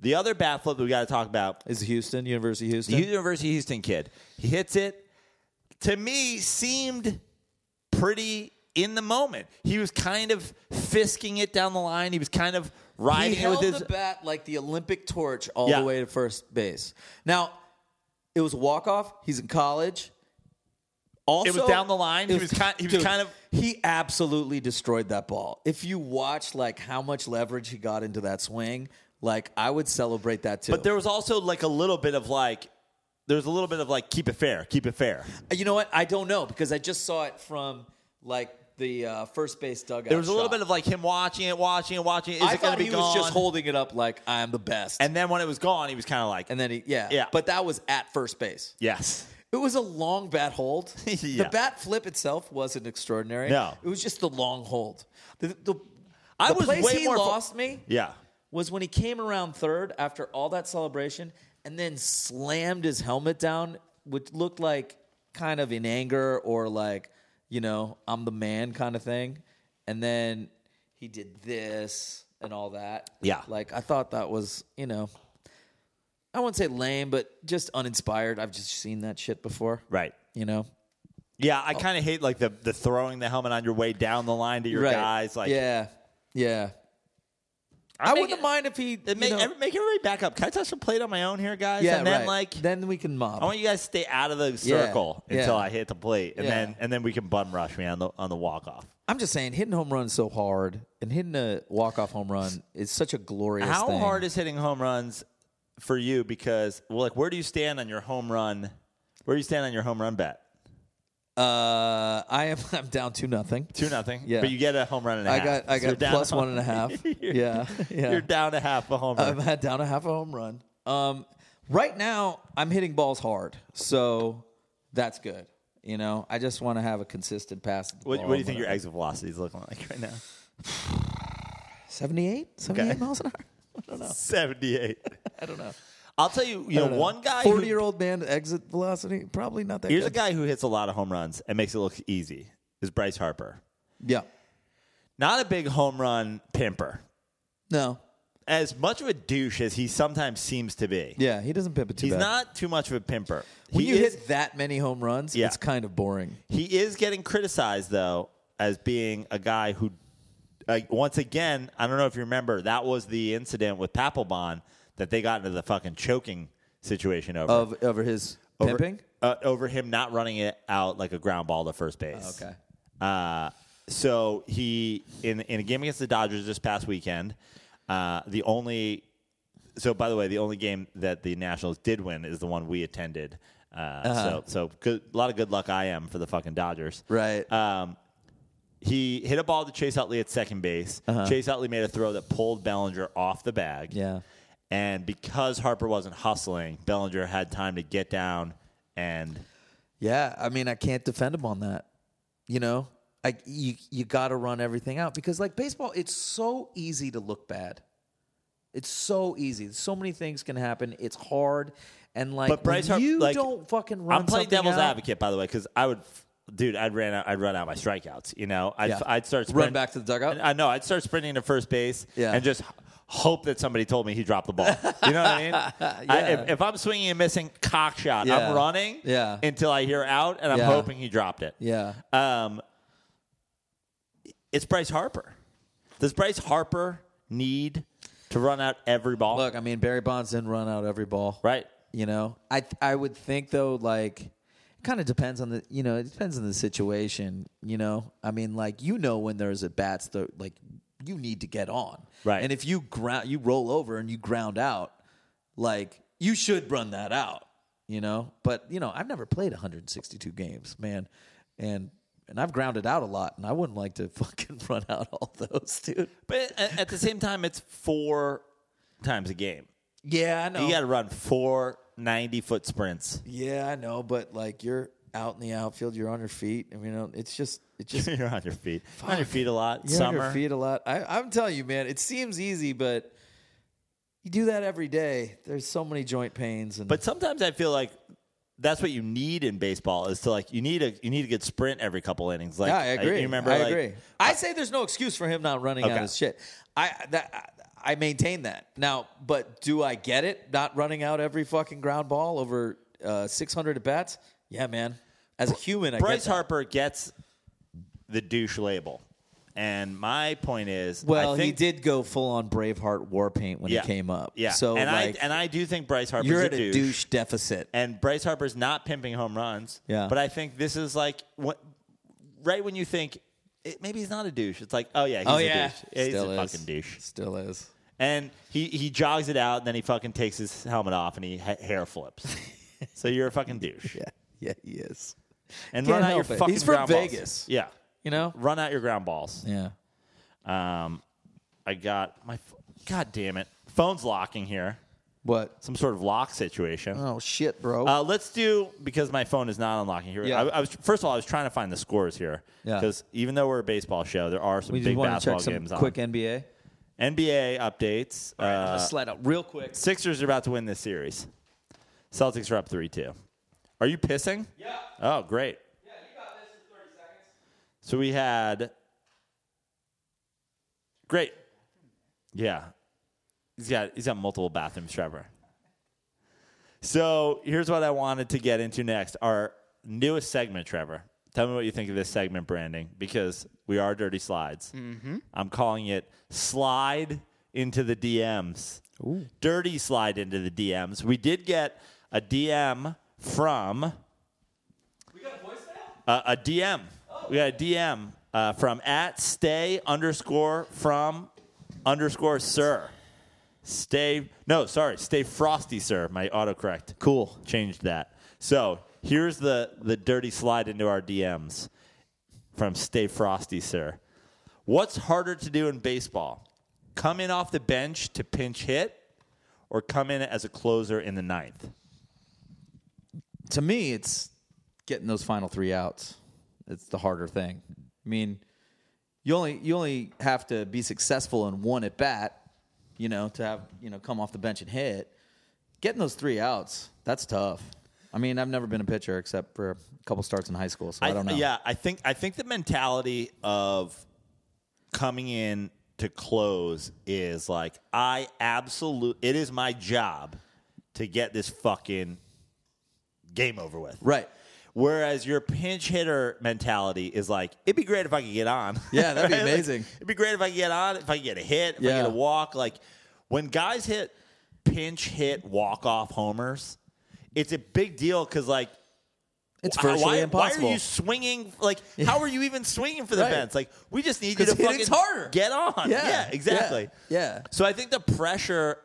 A: The other bat flip we got to talk about
B: Is Houston, University of Houston?
A: the University of Houston kid. He hits it. To me, seemed pretty in the moment. He was kind of fisking it down the line. He was kind of
B: He
A: riding it
B: held
A: with his
B: the bat like the Olympic torch all
A: Yeah.
B: the way to first base. Now, it was walk off. He's in college. Also,
A: down the line.
B: it
A: He was ki- he was kind of-
B: He absolutely destroyed that ball. If you watch like how much leverage he got into that swing, like I would celebrate that too.
A: But there was also like a little bit of like, there's a little bit of like, keep it fair, keep it fair.
B: you know what? I don't know because I just saw it from like the uh, first base dugout.
A: There was a little bit of like him watching it, watching it, watching it. Is
B: I
A: it going to
B: thought
A: be
B: he
A: gone?
B: was just holding it up like I am the best,
A: and then when it was gone, he was kind of like,
B: and then he yeah
A: Yeah.
B: But that was at first base.
A: yes,
B: It was a long bat hold.
A: Yeah.
B: The bat flip itself wasn't extraordinary.
A: No.
B: It was just the long hold. The, the,
A: I
B: the
A: was
B: place
A: way
B: he
A: more fo-
B: lost me
A: yeah,
B: was when he came around third after all that celebration and then slammed his helmet down, which looked like kind of in anger or like, you know, I'm the man kind of thing. And then he did this and all that.
A: Yeah.
B: Like I thought that was, you know, I wouldn't say lame, but just uninspired. I've just seen that shit before.
A: Right.
B: You know?
A: Yeah,
B: Oh.
A: I kind of hate like the the throwing the helmet on your way down the line to your
B: right.
A: guys. Like,
B: Yeah. Yeah. I wouldn't mind if he
A: It make,
B: you know,
A: every- make everybody back up. Can I touch the plate on my own here, guys?
B: yeah,
A: and then
B: right.
A: like
B: then we can mob.
A: I want you guys to stay out of the circle
B: Yeah.
A: until
B: Yeah.
A: I hit the plate, and
B: Yeah.
A: then and then we can bum rush me on the on the walk off.
B: I'm just saying, hitting home runs so hard, and hitting a walk off home run is such a glorious.
A: How
B: thing.
A: hard is hitting home runs for you? Because well, like, where do you stand on your home run? Where do you stand on your home run bet?
B: Uh, I am. I'm down two nothing.
A: Two nothing.
B: Yeah.
A: but you get a home run and a
B: I
A: half.
B: got. I
A: So you're
B: got
A: down
B: plus
A: a-
B: one and a half. yeah, yeah.
A: You're down a half a home
B: I'm
A: run.
B: at down a half a home run. Um, right now I'm hitting balls hard, so that's good. You know, I just want to have a consistent pass. at the
A: What, what
B: ball
A: do
B: and
A: you think your
B: whatever.
A: exit velocity is looking like right now?
B: 78? 78
A: Okay.
B: miles an hour.
A: Seventy-eight.
B: Oh. I don't know.
A: I'll tell you. You know, one guy. who-
B: forty year old man exit velocity probably not that.
A: Here's a
B: good.
A: guy who hits a lot of home runs and makes it look easy. Is Bryce Harper?
B: Yeah.
A: Not a big home run pimper.
B: No.
A: As much of a douche as he sometimes seems to be,
B: Yeah, he doesn't pimp it too
A: he's
B: bad.
A: not too much of a pimper.
B: When
A: he
B: you
A: is,
B: hit that many home runs,
A: Yeah.
B: it's kind of boring.
A: He is getting criticized though as being a guy who, like, once again, I don't know if you remember that was the incident with Papelbon that they got into the fucking choking situation over
B: Of over his
A: over,
B: pimping.
A: uh, over him not running it out like a ground ball to first base.
B: Okay.
A: Uh, so he in in a game against the Dodgers this past weekend, uh, the only so by the way, the only game that the Nationals did win is the one we attended. Uh,
B: Uh-huh.
A: So so good, a lot of good luck I am for the fucking Dodgers.
B: Right.
A: Um, he hit a ball to Chase Utley at second base. Chase Utley made a throw that pulled Bellinger off the bag.
B: Uh-huh. Yeah.
A: And because Harper wasn't hustling, Bellinger had time to get down and
B: yeah, I mean, I can't defend him on that. You know, I you you got to run everything out because like baseball, it's so easy to look bad. It's so easy. So many things can happen. It's hard, and like
A: But Bryce
B: when
A: Harper,
B: you
A: like,
B: don't fucking run.
A: I'm playing
B: something
A: devil's
B: out,
A: advocate, by the way, because I would, dude, I'd ran out, I'd run out my strikeouts. You know, I'd,
B: Yeah.
A: I'd start
B: Run back to the dugout?
A: And I know I'd start sprinting to first base,
B: Yeah.
A: and just h- hope that somebody told me he dropped the ball. You know what I mean? I, if, if I'm swinging and missing cock shot,
B: Yeah.
A: I'm running
B: Yeah.
A: until I hear out, and I'm
B: Yeah.
A: hoping he dropped it.
B: Yeah,
A: Um, it's Bryce Harper. Does Bryce Harper need to run out every ball?
B: look, I mean, Barry Bonds didn't run out every ball.
A: right.
B: you know i th- i would think though like it kind of depends on the you know it depends on the situation you know i mean like you know when there's at bats that like you need to get on
A: Right.
B: and if you ground you roll over and you ground out like you should run that out you know but you know i've never played 162 games man and and I've grounded out a lot, and I wouldn't like to fucking run out all those, dude.
A: But a- at the same time, it's four times a game.
B: Yeah, I know.
A: You got to run four 90 foot sprints.
B: Yeah, I know, but like you're out in the outfield, you're on your feet. I mean, you know, it's just it just
A: You're on your feet. You're On your feet a lot.
B: you're
A: Summer.
B: on your feet a lot. I, I'm telling you, man, it seems easy, but you do that every day. There's so many joint pains, and
A: But sometimes I feel like that's what you need in baseball is to like you need a you need a good sprint every couple innings. Like
B: yeah, I agree.
A: You remember?
B: I
A: like,
B: agree. I say there's no excuse for him not running out
A: Okay.
B: his shit. I that I I maintain that now, but do I get it? Not running out every fucking ground ball over uh, 600 at bats? Yeah, man. As a human, I
A: Bryce
B: get that.
A: Harper gets the douche label, and my point is,
B: Well,
A: I think
B: he did go full on Braveheart war paint when
A: Yeah,
B: he came up.
A: Yeah.
B: So
A: and
B: like,
A: I and I do think Bryce Harper's
B: you're
A: a
B: at a douche, deficit.
A: and Bryce Harper's not pimping home runs.
B: Yeah.
A: But I think this is like what, right when you think it, maybe he's not a douche. It's like, oh yeah, he's
B: Oh,
A: a
B: yeah.
A: douche. Yeah, he's
B: Still
A: a
B: is.
A: fucking douche.
B: Still is.
A: And he he jogs it out, and then he fucking takes his helmet off, and he ha- hair flips. so you're a fucking douche.
B: Yeah. Yeah, he is.
A: And run
B: Can't
A: out your
B: help it.
A: fucking
B: He's from
A: ground balls.
B: Vegas.
A: Yeah.
B: You know?
A: Run out your ground balls.
B: Yeah.
A: Um, I got my ph- god damn it, phone's locking here.
B: What?
A: Some sort of lock situation.
B: Oh shit, bro.
A: Uh, let's do because my phone is not unlocking here.
B: Yeah.
A: I, I was first of all, I was trying to find the scores here
B: Yeah.
A: because even though we're a baseball show, there are some
B: we just
A: big
B: want to
A: basketball
B: check some
A: games on.
B: quick NBA.
A: NBA updates.
B: Let's
A: Uh,
B: slide up real quick.
A: Sixers are about to win this series. Celtics are up three two. Are you pissing? Yeah. Oh, great. Yeah, you got this in 30 seconds. So we had. Great. Yeah. He's got he's got multiple bathrooms, Trevor. So here's what I wanted to get into next. Our newest segment, Trevor. Tell me what you think of this segment branding because we are dirty slides. I'm calling it slide into the DMs. Dirty slide into the DMs. We did get a DM from uh, a DM. We got a DM uh, from at stay underscore from underscore sir. Stay no, sorry, stay frosty, sir. My autocorrect
E: Cool.
A: changed that. So here's the the dirty slide into our DMs from Stay Frosty, sir. What's harder to do in baseball? Come in off the bench to pinch hit, or come in as a closer in the ninth?
E: To me, it's
B: getting those final three outs. It's the harder thing. I mean, you only you only have to be successful in one at bat, you know, to have you know come off the bench and hit. Getting those three outs, that's tough. I mean, I've never been a pitcher except for a couple starts in high school, so I, don't know.
A: Yeah, I think I think the mentality of coming in to close is like I absolute. It is my job to get this fucking game over with.
B: right.
A: Whereas your pinch hitter mentality is like, it'd be great if I could get on.
B: Yeah, that'd be
A: Like,
B: amazing.
A: it'd be great if I could get on, if I could get a hit, if I
B: Yeah.
A: get a walk. Like when guys hit pinch hit walk off homers, it's a big deal because like
B: It's
A: wh-
B: virtually
A: why,
B: impossible.
A: Why are you swinging? Like how are you even swinging for the
B: Right.
A: fence? Like we just need you to
B: 'Cause hitting's
A: fucking
B: harder.
A: get on. Yeah, exactly.
B: Yeah.
A: So I think the pressure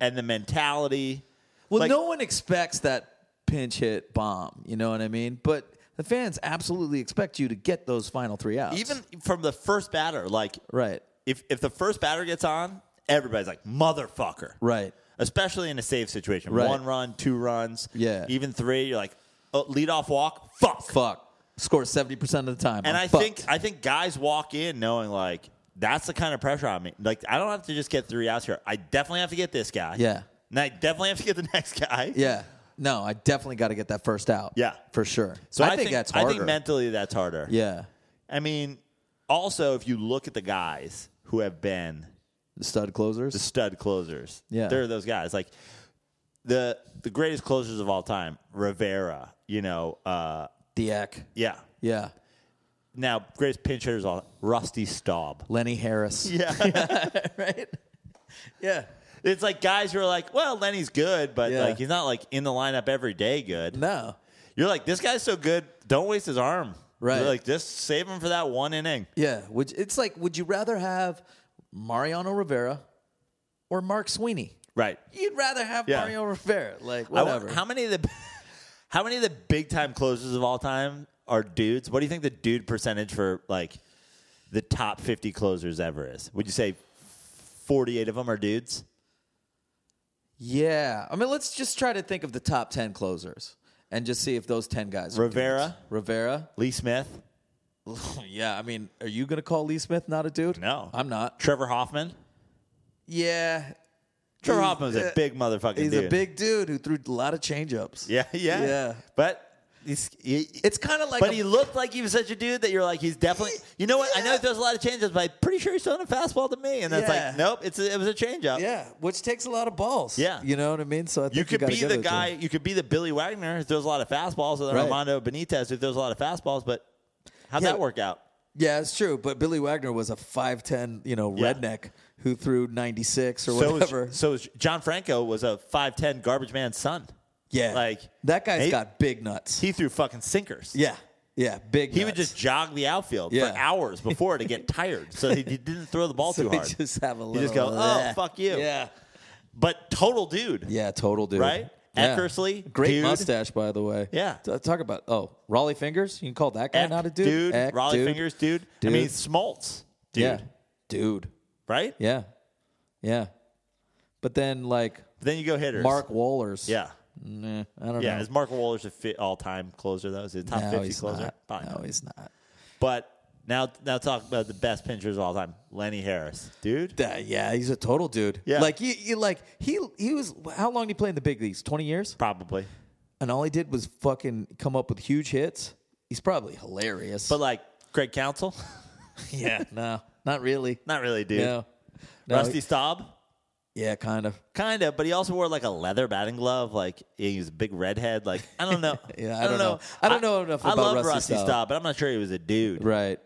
A: and the mentality.
B: Well,
A: like,
B: no one expects that pinch hit bomb. You know what I mean? But the fans absolutely expect you to get those final three outs.
A: even from the first batter, like
B: right,
A: if if the first batter gets on, everybody's like motherfucker,
B: right.
A: Especially in a save situation,
B: Right.
A: one run, two runs,
B: Yeah.
A: even three. You're like oh, lead off walk, fuck,
B: Fuck. Score seventy percent of the time.
A: And
B: I'm
A: I
B: fucked.
A: think I think guys walk in knowing like that's the kind of pressure on me. Like I don't have to just get three outs here. I definitely have to get this guy.
B: Yeah.
A: and I definitely have to get the next guy.
B: Yeah. No, I definitely got to get that first out.
A: Yeah.
B: for sure.
A: So I,
B: think, that's
A: I
B: harder.
A: think mentally that's harder.
B: yeah,
A: I mean, also if you look at the guys who have been
B: the stud closers.
A: the stud closers.
B: Yeah.
A: they're those guys. Like the the greatest closers of all time, Rivera. You know, uh,
B: Diak.
A: yeah.
B: Yeah,
A: Now greatest pinch hitters, all Rusty Staub.
B: Lenny Harris.
A: Yeah,
B: right. Yeah.
A: it's like guys who are like, well, Lenny's good, but
B: Yeah.
A: like he's not like in the lineup every day. Good.
B: No.
A: You're like this guy's so good. Don't waste his arm.
B: Right.
A: You're like just save him for that one inning.
B: Yeah. Would it's like? Would you rather have Mariano Rivera or Mark Sweeney?
A: Right.
B: You'd rather have
A: Yeah.
B: Mario Rivera. Like
A: I wa-
B: whatever.
A: how many of the how many of the big time closers of all time are dudes? What do you think the dude percentage for like the top fifty closers ever is? Would you say forty eight of them are dudes?
B: yeah. I mean, let's just try to think of the top ten closers and just see if those ten guys. are
A: Rivera?
B: dudes. Rivera.
A: Lee Smith,
B: yeah. I mean, are you gonna call Lee Smith not a dude?
A: No.
B: I'm not.
A: Trevor Hoffman.
B: Yeah.
A: Trevor
B: He's-
A: Hoffman's a
B: uh,
A: big motherfucking
B: He's
A: dude.
B: a big dude who threw a lot of changeups.
A: yeah, yeah,
B: Yeah.
A: But he's he,
B: It's kind of like
A: but
B: a-
A: he looked like he was such a dude that you're like he's definitely. You know what? I know he throws a lot of changes, but I'm pretty sure he's throwing a fastball to me. And that's
B: Yeah.
A: like, nope, it's a, it was a changeup.
B: yeah, which takes a lot of balls.
A: Yeah.
B: You know what I mean? So I think
A: You could
B: gotta
A: be
B: give
A: the
B: it to
A: guy.
B: him.
A: You could be the Billy Wagner who throws a lot of fastballs, or the
B: Right.
A: Armando Benitez who throws a lot of fastballs. But how'd
B: Yeah.
A: that work out?
B: Yeah, it's true, but Billy Wagner was a 5'10, you know,
A: Yeah.
B: redneck who threw 96 or
A: So
B: whatever.
A: was, so was John Franco was a five ten garbage man's son.
B: yeah.
A: like,
B: that guy's
A: he-
B: got big nuts.
A: He threw fucking sinkers.
B: yeah. Yeah, big
A: He
B: nuts.
A: would just jog the outfield
B: Yeah.
A: for hours before to get tired, so he didn't throw the ball
B: So
A: too
B: he
A: hard.
B: just have a
A: You just
B: little
A: go,
B: of
A: oh
B: that."
A: fuck you.
B: Yeah.
A: But total dude.
B: Yeah, total dude.
A: Right?
B: Yeah.
A: Eckersley,
B: Great
A: dude.
B: mustache, by the way.
A: Yeah.
B: T- Talk about, oh, Raleigh Fingers? You can call that guy
A: Eck,
B: not a dude?
A: dude
B: Eck,
A: Raleigh
B: dude.
A: fingers, dude. I
B: Dude.
A: mean Smoltz, dude.
B: Yeah. Dude.
A: Right?
B: Yeah. Yeah. But then like
A: Then you go hitters.
B: Mark Wallers.
A: Yeah.
B: Nah, I don't
A: Yeah,
B: know.
A: is Mark Waller's a fit all time closer though? Is he a top
B: no,
A: fifty
B: he's
A: closer?
B: not.
A: Probably
B: no,
A: not.
B: he's not.
A: But now now talk about the best pinchers of all time. Lenny Harris. Dude.
B: That- yeah, he's a total dude.
A: Yeah.
B: Like you, you like he he was how long did he play in the big leagues? 20 years?
A: Probably.
B: and all he did was fucking come up with huge hits. He's probably hilarious.
A: But like Craig Council,
B: yeah, no, not really.
A: not really, dude.
B: No, No,
A: Rusty Staub,
B: Yeah, kind of.
A: kind of, but he also wore like a leather batting glove. Like he was a big redhead. Like I don't know.
B: Yeah, I don't know. I don't know enough
A: I
B: about
A: love
B: Rusty Staub.
A: Staub, but I'm not sure he was a dude.
B: Right.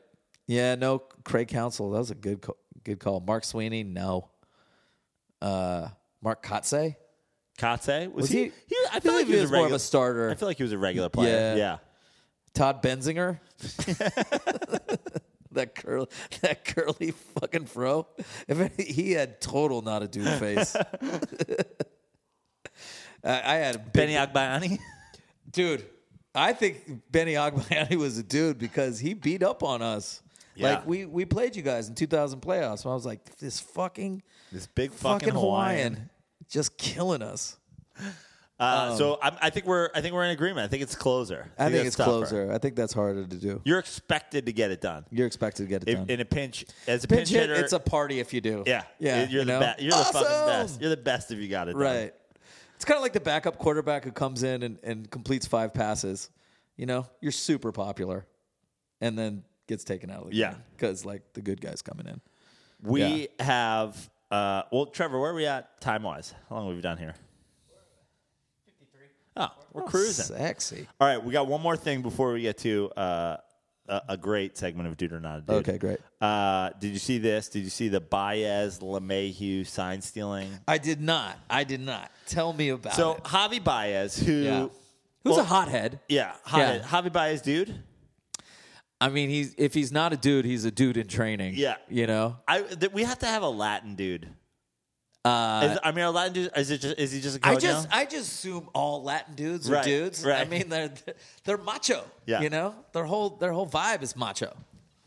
B: Yeah. No. Craig Council. That was a good co- good call. Mark Sweeney. No. Uh, Mark Kotze.
A: Kotze was,
B: Was
A: he,
B: he-
A: I feel like
B: he
A: he was,
B: was
A: a
B: more of
A: regular,
B: a starter.
A: I feel like he was a regular player.
B: Yeah.
A: Yeah.
B: Todd Benzinger. that curl, that curly fucking fro. If any, he had total not a dude face. I, I had a big-
A: Benny Agbayani.
B: dude. I think Benny Agbayani was a dude because he beat up on us.
A: Yeah.
B: Like we we played you guys in 2000 playoffs. And I was like, this fucking
A: this big
B: fucking, Hawaiian,
A: Hawaiian.
B: just killing us.
A: Uh, so I'm, I think we're I think we're in agreement. I think it's closer.
B: Um, I think
A: that's
B: it's
A: tougher.
B: closer. I think that's harder to do.
A: You're expected to get it done.
B: You're expected to get it
A: If,
B: done.
A: in a pinch, as a pinch,
B: Pinch hit,
A: hitter,
B: it's a party if you do.
A: yeah,
B: yeah.
A: You're
B: you
A: the
B: know?
A: best. You're the fucking
B: Awesome!
A: best. You're the best if you got it done.
B: Right. It's kind of like the backup quarterback who comes in and, and completes five passes. You know, you're super popular, and then gets taken out of the
A: Yeah.
B: because like the good guys coming in.
A: We have. Uh, well, Trevor, where are we at time wise? How long have we done here? Oh, we're cruising.
B: Sexy.
A: All right, we got one more thing before we get to uh, a, a great segment of Dude or Not a Dude.
B: Okay, great.
A: Uh, did you see this? Did you see the Baez LeMahieu sign stealing?
B: I did not. I did not. Tell me about
A: So
B: it.
A: Javi Baez, who
B: Yeah.
A: yeah,
B: Who's a hothead?
A: Javi,
B: Yeah.
A: Javi Baez, dude.
B: I mean, he's if he's not a dude, he's a dude in training.
A: Yeah.
B: You know.
A: I th- we have to have a Latin dude.
B: Uh,
A: Is, I mean, a Latin dude is it just is he just a
B: I
A: coño?
B: just I just assume all Latin dudes are
A: Right,
B: dudes. I
A: right.
B: mean they're they're macho.
A: Yeah.
B: You know? Their whole their whole vibe is macho.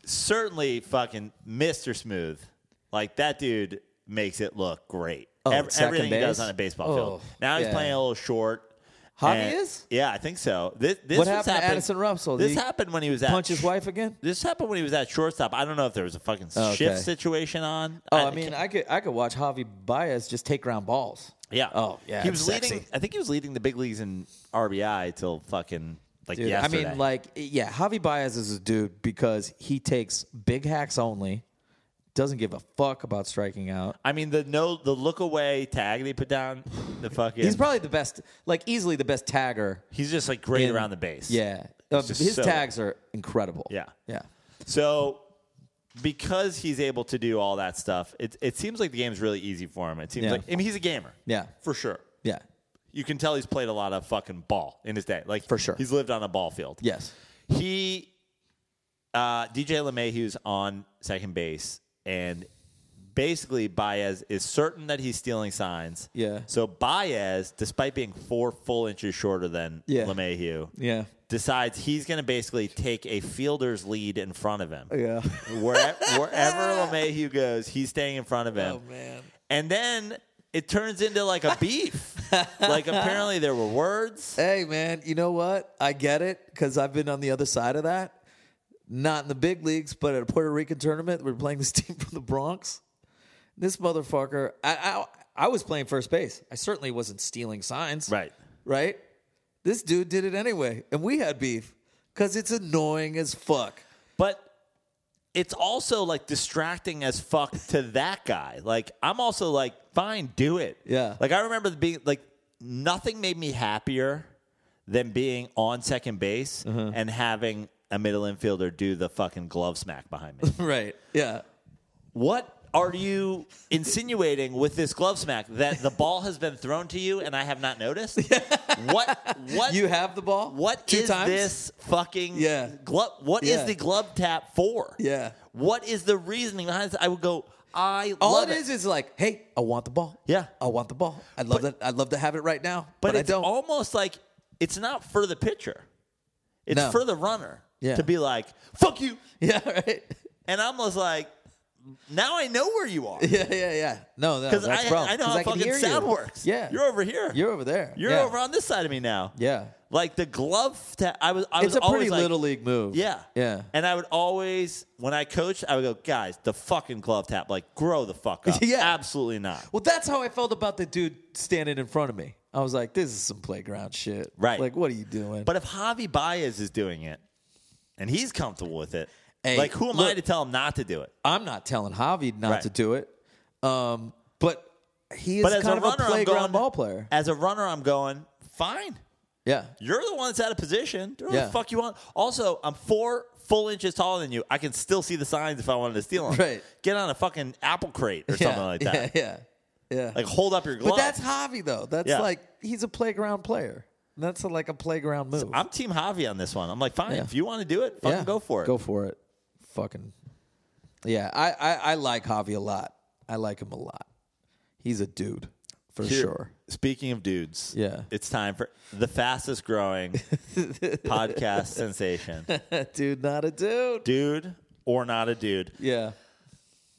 A: certainly fucking Mr. Smooth. Like that dude makes it look great.
B: Oh,
A: Ev-
B: at second
A: everything he does
B: base?
A: on a baseball
B: Oh,
A: field. Now he's
B: yeah.
A: playing a little short.
B: Javi
A: And-
B: is?
A: Yeah, I think so. This, this
B: What
A: was
B: happened to Addison Russell? Did
A: This
B: he
A: happened when he was at
B: Punch his wife again?
A: This happened when he was at shortstop. I don't know if there was a fucking
B: Okay.
A: shift situation on.
B: Oh, I mean, I could I could watch Javi Baez just take ground balls.
A: yeah.
B: Oh, yeah,
A: He was
B: it's sexy.
A: leading. I think he was leading the big leagues in RBI till fucking like
B: Dude, I
A: yesterday.
B: mean, like, yeah, Javi Baez is a dude because he takes big hacks only, doesn't give a fuck about striking out.
A: I mean the no the look away tag they put down the fucking.
B: He's probably the best, like, easily the best tagger.
A: he's just like great
B: in-
A: around the base.
B: Yeah. Uh,
A: just
B: his
A: so-
B: tags are incredible.
A: Yeah.
B: Yeah.
A: So because he's able to do all that stuff, it it seems like the game's really easy for him. It seems
B: Yeah.
A: like I mean he's a gamer.
B: Yeah.
A: For sure.
B: Yeah.
A: You can tell he's played a lot of fucking ball in his day. Like
B: For sure.
A: He's lived on a ball field.
B: Yes.
A: He uh DJ LeMahieu's on second base and basically Baez is certain that he's stealing signs.
B: Yeah.
A: So Baez, despite being four full inches shorter than
B: Yeah.
A: LeMahieu,
B: Yeah.
A: decides he's going to basically take a fielder's lead in front of him.
B: Oh, Yeah.
A: Where, wherever LeMahieu goes, he's staying in front of him.
B: Oh, man.
A: And then it turns into like a beef. like apparently there were words.
B: Hey, man, you know what? I get it because I've been on the other side of that. Not in the big leagues, but at a Puerto Rican tournament, we we're playing this team from the Bronx. This motherfucker, I, I, I was playing first base. I certainly wasn't stealing signs.
A: Right.
B: Right? This dude did it anyway, and we had beef because it's annoying as fuck.
A: But it's also like distracting as fuck to that guy. Like I'm also like, fine, do it.
B: Yeah.
A: Like I remember the being like nothing made me happier than being on second base
B: Mm-hmm.
A: and having a middle infielder do the fucking glove smack behind me.
B: Right. Yeah.
A: what are you insinuating with this glove smack that the ball has been thrown to you and I have not noticed? what what
B: You have the ball?
A: what
B: Two
A: is
B: times?
A: this fucking
B: Yeah.
A: glove? What is
B: Yeah.
A: the glove tap for?
B: Yeah.
A: What is the reasoning behind this? I would go. I
B: All
A: love
B: it is is like, hey, I want the ball.
A: Yeah.
B: I want the ball. I'd love that. I'd love to have it right now.
A: but,
B: But, I
A: it's
B: don't.
A: almost like it's not for the pitcher. It's
B: No.
A: for the runner
B: Yeah.
A: to be like fuck you,
B: yeah, right.
A: and I'm almost like, now I know where you are
B: Yeah, yeah, yeah. No, no,
A: because I,
B: that's wrong.
A: I know
B: 'Cause
A: how
B: can
A: fucking
B: hear you.
A: sound works.
B: Yeah,
A: you're over here.
B: You're over there.
A: You're
B: Yeah.
A: over on this side of me now.
B: Yeah,
A: Like the glove tap. I was. I
B: it's
A: was
B: a pretty
A: always like,
B: little league move.
A: Yeah.
B: yeah.
A: And I would always, when I coached, I would go, guys, the fucking glove tap, like, grow the fuck up.
B: Yeah.
A: Absolutely not.
B: Well, that's how I felt about the dude standing in front of me. I was like, this is some playground shit.
A: Right.
B: Like, what are you doing?
A: But if Javi Baez is doing it and he's comfortable with it,
B: Hey,
A: like who am I
B: look-
A: to tell him not to do it?
B: I'm not telling Javi not
A: Right.
B: to do it. Um, but he is
A: But as
B: kind
A: a
B: of
A: runner,
B: a
A: I'm
B: playground
A: going,
B: ball player.
A: As a runner, I'm going fine.
B: Yeah.
A: You're the one that's out of position. Do whatever
B: Yeah.
A: the fuck you want. Also, I'm four full inches taller than you. I can still see the signs if I wanted to steal them.
B: Right.
A: Get on a fucking apple crate or
B: yeah,
A: something like that.
B: Yeah. Yeah. yeah.
A: Like hold up your glove.
B: but that's Javi though. That's
A: Yeah.
B: like he's a playground player. That's like a playground move.
A: I'm Team Javi on this one. I'm like, fine,
B: Yeah.
A: if you want to do it, fucking
B: Yeah.
A: go for it.
B: Go for it. Fucking. Yeah, I, I I like Javi a lot. I like him a lot. He's a dude for
A: Here-
B: sure.
A: Speaking of dudes,
B: Yeah.
A: it's time for the fastest growing podcast sensation,
B: dude, not a dude.
A: dude or not a dude.
B: Yeah.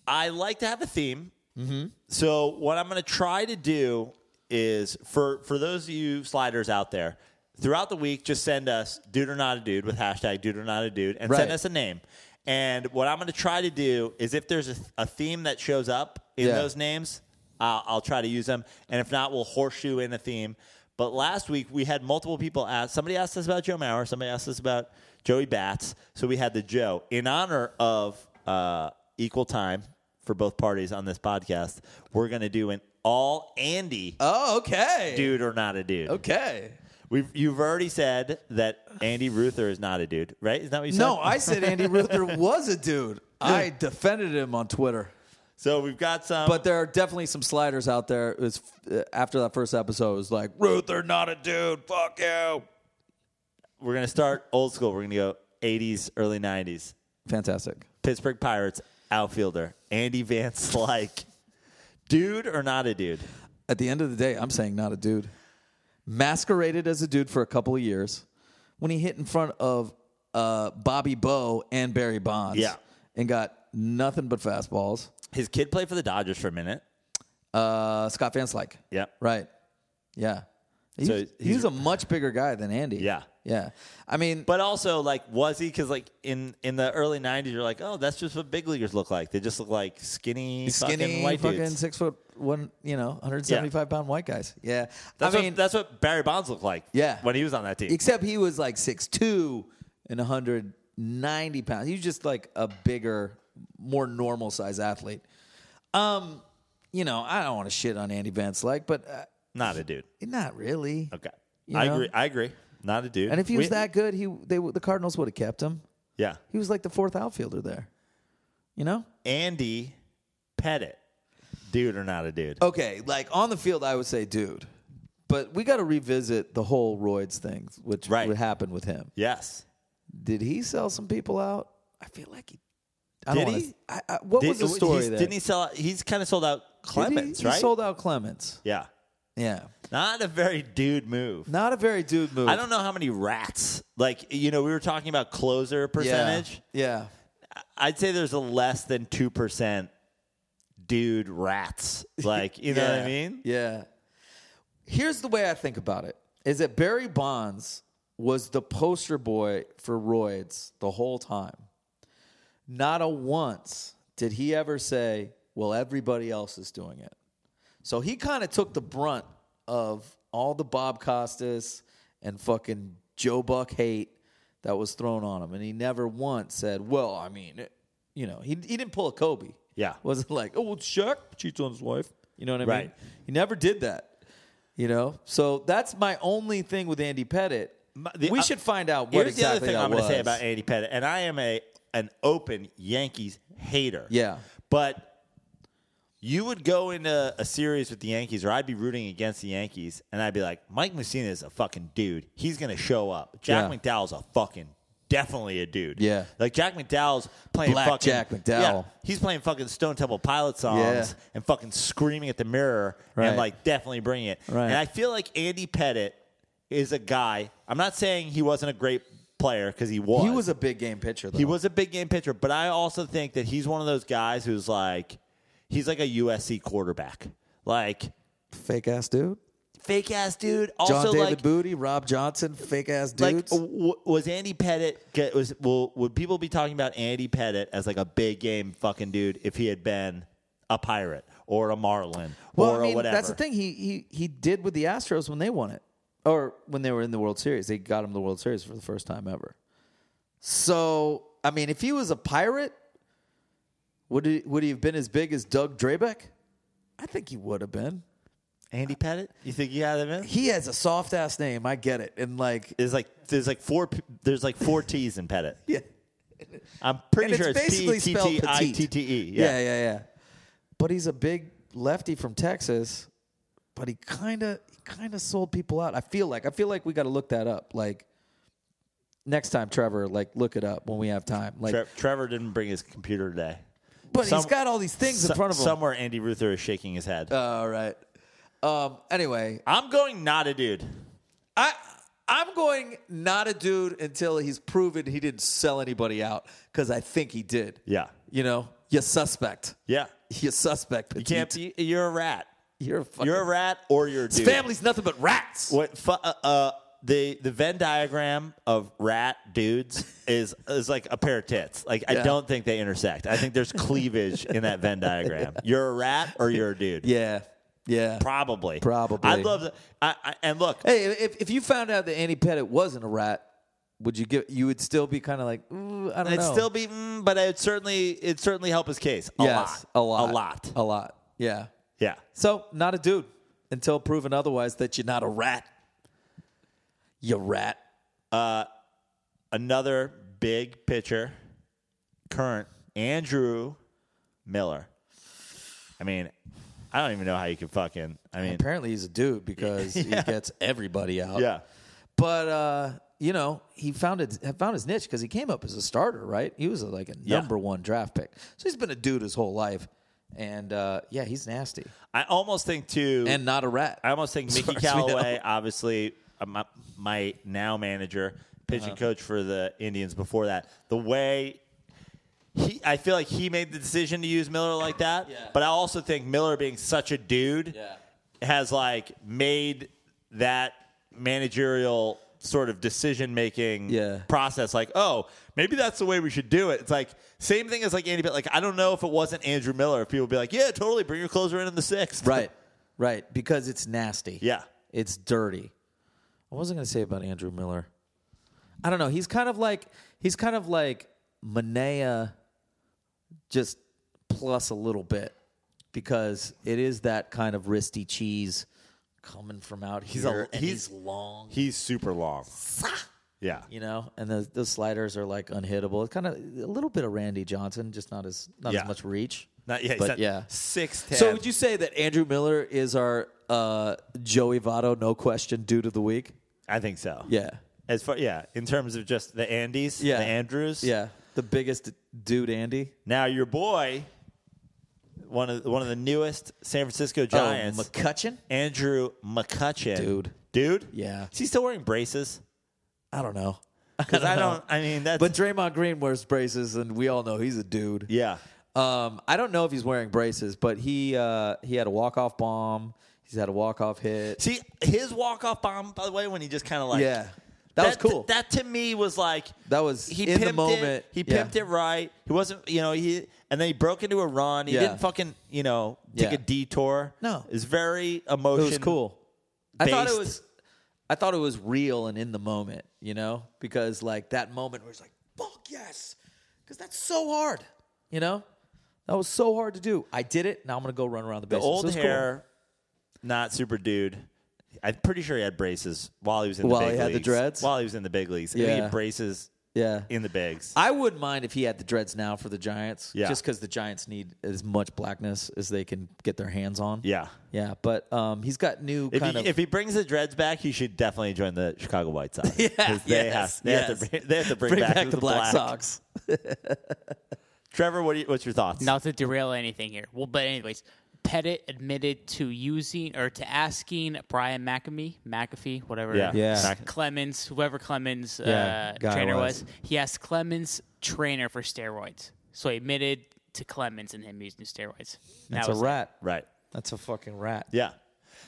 A: I like to have a theme.
B: Mm-hmm.
A: So what I'm going to try to do is for for those of you sliders out there, throughout the week, just send us dude or not a dude with hashtag dude or not a dude, and
B: Right.
A: send us a name. And what I'm going to try to do is if there's a, a theme that shows up in
B: Yeah.
A: those names, I'll, I'll try to use them. And if not, we'll horseshoe in a theme. But last week we had multiple people ask. Somebody asked us about Joe Mauer. Somebody asked us about Joey Bats. So we had the Joe in honor of uh, equal time for both parties on this podcast. We're going to do an all Andy
B: Oh, okay.
A: dude or not a dude.
B: Okay.
A: We've, you've already said that Andy Ruther is not a dude, right? Is that what you said?
B: No, I said Andy Ruther was a dude. I defended him on Twitter.
A: So we've got some.
B: But there are definitely some sliders out there. It was uh, after that first episode. It was like Ruther, not a dude. Fuck you.
A: we're going to start old school. We're going to go 80s, early 90s.
B: Fantastic.
A: Pittsburgh Pirates outfielder Andy Van Slyke. Dude or not a dude?
B: At the end of the day, I'm saying not a dude. Masqueraded as a dude for a couple of years when he hit in front of uh, Bobby Bowe and Barry Bonds.
A: Yeah.
B: And got nothing but fastballs.
A: His kid played for the Dodgers for a minute.
B: Uh, Scott Van Slyke.
A: Yep.
B: Right. Yeah. He's,
A: So
B: he's,
A: he's-
B: a much bigger guy than Andy.
A: Yeah.
B: Yeah. I mean,
A: But also, like, was he? Because like in in the early '90s, you're like, oh, that's just what big leaguers look like. They just look like skinny,
B: skinny
A: fucking white
B: fucking
A: dudes.
B: six foot one, you know, 175 pound white guys. Yeah.
A: That's
B: I mean,
A: what that's what Barry Bonds looked like.
B: Yeah.
A: when he was on that team.
B: except he was like 6'2 and 190 pounds. He was just like a bigger, more normal size athlete. Um, you know, I don't want to shit on Andy Van Slyke, but uh,
A: not a dude.
B: not really.
A: Okay,
B: You
A: I
B: know?
A: agree. I agree. Not a dude.
B: And if he was
A: We-
B: that good, he they would- the Cardinals would have kept him.
A: yeah,
B: He was like the fourth outfielder there. You know?
A: Andy Pettit, dude or not a dude?
B: Okay, like on the field, I would say, dude. But we got to revisit the whole Roids thing, which
A: Right.
B: would happen with him.
A: Yes.
B: Did he sell some people out? I feel like he. I
A: Did
B: don't wanna-
A: he?
B: I, I, what was the
A: Did-
B: story
A: he's-
B: there?
A: Didn't he sell? out- He's kind of sold out Clemens,
B: Did he,
A: right?
B: He sold out Clements.
A: yeah,
B: Yeah,
A: not a very dude move.
B: not a very dude move.
A: I don't know how many rats. Like you know, we were talking about closer percentage.
B: Yeah,
A: I'd say there's a less than two percent dude rats. Like you know what I
B: Yeah.
A: mean?
B: Yeah. Here's the way I think about it: is that Barry Bonds was the poster boy for roids the whole time. Not a once did he ever say, "Well, everybody else is doing it." So he kind of took the brunt of all the Bob Costas and fucking Joe Buck hate that was thrown on him. And he never once said, well, I mean, it- you know, he, he didn't pull a Kobe.
A: Yeah.
B: Wasn't like, oh, well, Shaq cheats on his wife. You know what I mean?
A: Right.
B: He never did that. You know? So that's my only thing with Andy Pettit.
A: My- the-
B: we
A: uh,
B: should find out what
A: Here's
B: exactly
A: the other thing
B: that
A: I'm
B: was.
A: to say about Andy Pettit, and I am a an open Yankees hater.
B: Yeah.
A: but you would go into a series with the Yankees, or I'd be rooting against the Yankees, and I'd be like, Mike Mussina is a fucking dude. He's going to show up. Jack
B: Yeah.
A: McDowell's a fucking definitely a dude.
B: Yeah.
A: like Jack McDowell's playing
B: Black
A: fucking
B: Jack McDowell.
A: Yeah, he's playing fucking Stone Temple Pilot songs
B: Yeah.
A: and fucking screaming at the mirror
B: Right.
A: and like definitely bringing it.
B: Right.
A: And I feel like Andy Pettit is a guy. I'm not saying he wasn't a great player because he was.
B: He was a big game pitcher, though.
A: He was a big game pitcher, but I also think that he's one of those guys who's like, he's like a USC quarterback, like
B: fake ass dude.
A: fake ass dude.
B: John
A: Also,
B: David
A: like,
B: Booty, Rob Johnson, fake ass
A: like
B: dudes.
A: w- was Andy Pettit? Get, was will, would people be talking about Andy Pettit as like a big game fucking dude if he had been a pirate? or a marlin
B: Well,
A: or
B: I mean,
A: a whatever.
B: that's the thing. He, he he did with the Astros when they won it, or when they were in the World Series. They got him the World Series for the first time ever. So I mean, if he was a pirate, would he would he have been as big as Doug Drabeck? I think he would have been.
A: Andy Pettit, you think you had him in?
B: He has a soft ass name. I get it, and like
A: There's like there's like four p- there's like four T's in Pettit.
B: yeah,
A: I'm pretty
B: And
A: sure
B: it's
A: it's
B: basically
A: P T
B: spelled
A: T I T T E.
B: yeah, yeah, yeah, But he's a big lefty from Texas. But he kind of he kind of sold people out. I feel like I feel like we got to look that up. Like next time, Trevor, like look it up when we have time. Like,
A: Tre- Trevor didn't bring his computer today.
B: but he's
A: some-
B: got all these things
A: So-
B: in front of him.
A: Somewhere Andy Ruther is shaking his head.
B: all right. Um. Anyway,
A: I'm going not a dude.
B: I I'm going not a dude until he's proven he didn't sell anybody out because I think he did.
A: Yeah.
B: You know, you suspect.
A: Yeah.
B: You suspect.
A: You can't be, you're a rat.
B: You're a fucking
A: You're a rat or you're a
B: His
A: dude.
B: family's nothing but rats.
A: What fu- uh, uh, the the Venn diagram of rat dudes is is like a pair of tits. Like I
B: Yeah.
A: don't think they intersect. I think there's cleavage in that Venn diagram. You're a rat or you're a dude.
B: Yeah, yeah.
A: Probably.
B: Probably.
A: I'd love to. I, I, and look,
B: hey, if, if you found out that Andy Pettit wasn't a rat, would you give? You would still be kind of like, Ooh, I don't
A: it'd
B: know.
A: still be, mm, but it certainly it certainly help his case a
B: yes,
A: lot,
B: a lot,
A: a lot.
B: a lot. Yeah.
A: Yeah.
B: So not a dude until proven otherwise that you're not a rat. You rat.
A: Another big pitcher, current Andrew Miller. I mean, I don't even know how you could fucking. I mean,
B: Apparently he's a dude because he gets everybody out.
A: yeah.
B: But uh, you know, he found it found his niche because he came up as a starter, right? He was like a number one draft pick, so he's been a dude his whole life. And uh, yeah, he's nasty
A: I almost think too,
B: and not a rat.
A: I almost think Mickey
B: far as we know.
A: Callaway, obviously uh, my, my now manager,
B: Uh-huh.
A: pitching coach for the Indians before that, the way he, I feel like he made the decision to use Miller like that. But I also think Miller being such a dude has like made that managerial sort of decision making
B: Yeah.
A: process like oh maybe that's the way we should do it it's like same thing as like andy but like i don't know if it wasn't andrew miller if people would be like yeah totally bring your closer in in the sixth
B: right, right, because it's nasty.
A: yeah
B: it's dirty. What was I going to say about Andrew Miller? I don't know. He's kind of like he's kind of like Manea, just plus a little bit because it is that kind of wristy cheese coming from out
A: He's
B: here. He's
A: a-
B: and
A: he's-
B: he's, long,
A: He's super long. Yeah.
B: you know, and the, those sliders are like unhittable. It's kind of a little bit of Randy Johnson, just not as not
A: Yeah.
B: as much reach.
A: Not yeah, he's
B: but
A: not-
B: yeah.
A: Six ten.
B: So would you say that Andrew Miller is our uh, Joey Votto, no question, dude of the week?
A: I think so.
B: Yeah.
A: As far yeah, in terms of just the Andes,
B: Yeah.
A: the Andrews.
B: Yeah, the biggest dude, Andy.
A: Now your boy, one of one of the newest San Francisco Giants,
B: Oh, McCutcheon?
A: Andrew McCutcheon.
B: Dude.
A: Dude?
B: Yeah.
A: Is he still wearing braces?
B: I don't know.
A: Because I don't I mean that's
B: But Draymond Green wears braces, and we all know he's a dude.
A: Yeah.
B: Um, I don't know if he's wearing braces, but he uh, he had a walk off bomb. He's had a walk off hit.
A: See his walk off bomb, by the way, when he just kinda like
B: yeah, that, was cool.
A: that to me was like
B: That was
A: he
B: in the
A: pimped It,
B: moment.
A: he
B: Yeah.
A: pimped it right. He wasn't, you know, he and then he broke into a run. He
B: Yeah.
A: didn't fucking, you know, take
B: Yeah.
A: a detour.
B: No.
A: it's very
B: it
A: emotion.
B: was cool. I thought
A: based.
B: it was. I thought it was real and in the moment, you know, because like that moment where it's like, "Fuck yes," because that's so hard, you know. That was so hard to do. I did it. Now I'm gonna go run around the
A: The
B: bases. So
A: old
B: it's cool.
A: hair, not super dude. I'm pretty sure he had braces while he was in
B: While
A: the
B: he
A: big
B: had the
A: leagues.
B: dreads?
A: While he was in the big leagues, I think he
B: Yeah.
A: had braces
B: Yeah.
A: in the bigs.
B: I wouldn't mind if he had the dreads now for the Giants.
A: Yeah.
B: Just because the Giants need as much blackness as they can get their hands on.
A: yeah.
B: Yeah. But um, he's got new
A: If
B: kind
A: he,
B: of.
A: if he brings the dreads back, he should definitely join the Chicago White Sox.
B: Yeah,
A: 'Cause they,
B: yes,
A: have, they, have to,
B: yes.
A: bring- they have to bring,
B: bring back, the,
A: black
B: Black Sox.
A: Trevor, what are you, what's your thoughts?
C: Not to derail anything here. Well, but anyways, Pettit admitted to using or to asking Brian McAfee, McAfee, whatever.
A: Yeah.
B: Yeah.
A: Back-
C: Clemens, whoever Clemens
B: Yeah,
C: uh,
B: guy
C: trainer
B: was.
C: was. he asked Clemens trainer for steroids. So he admitted to Clemens and him using steroids. That
B: That's a
C: was-
B: rat.
A: Right.
B: That's a fucking rat.
A: Yeah.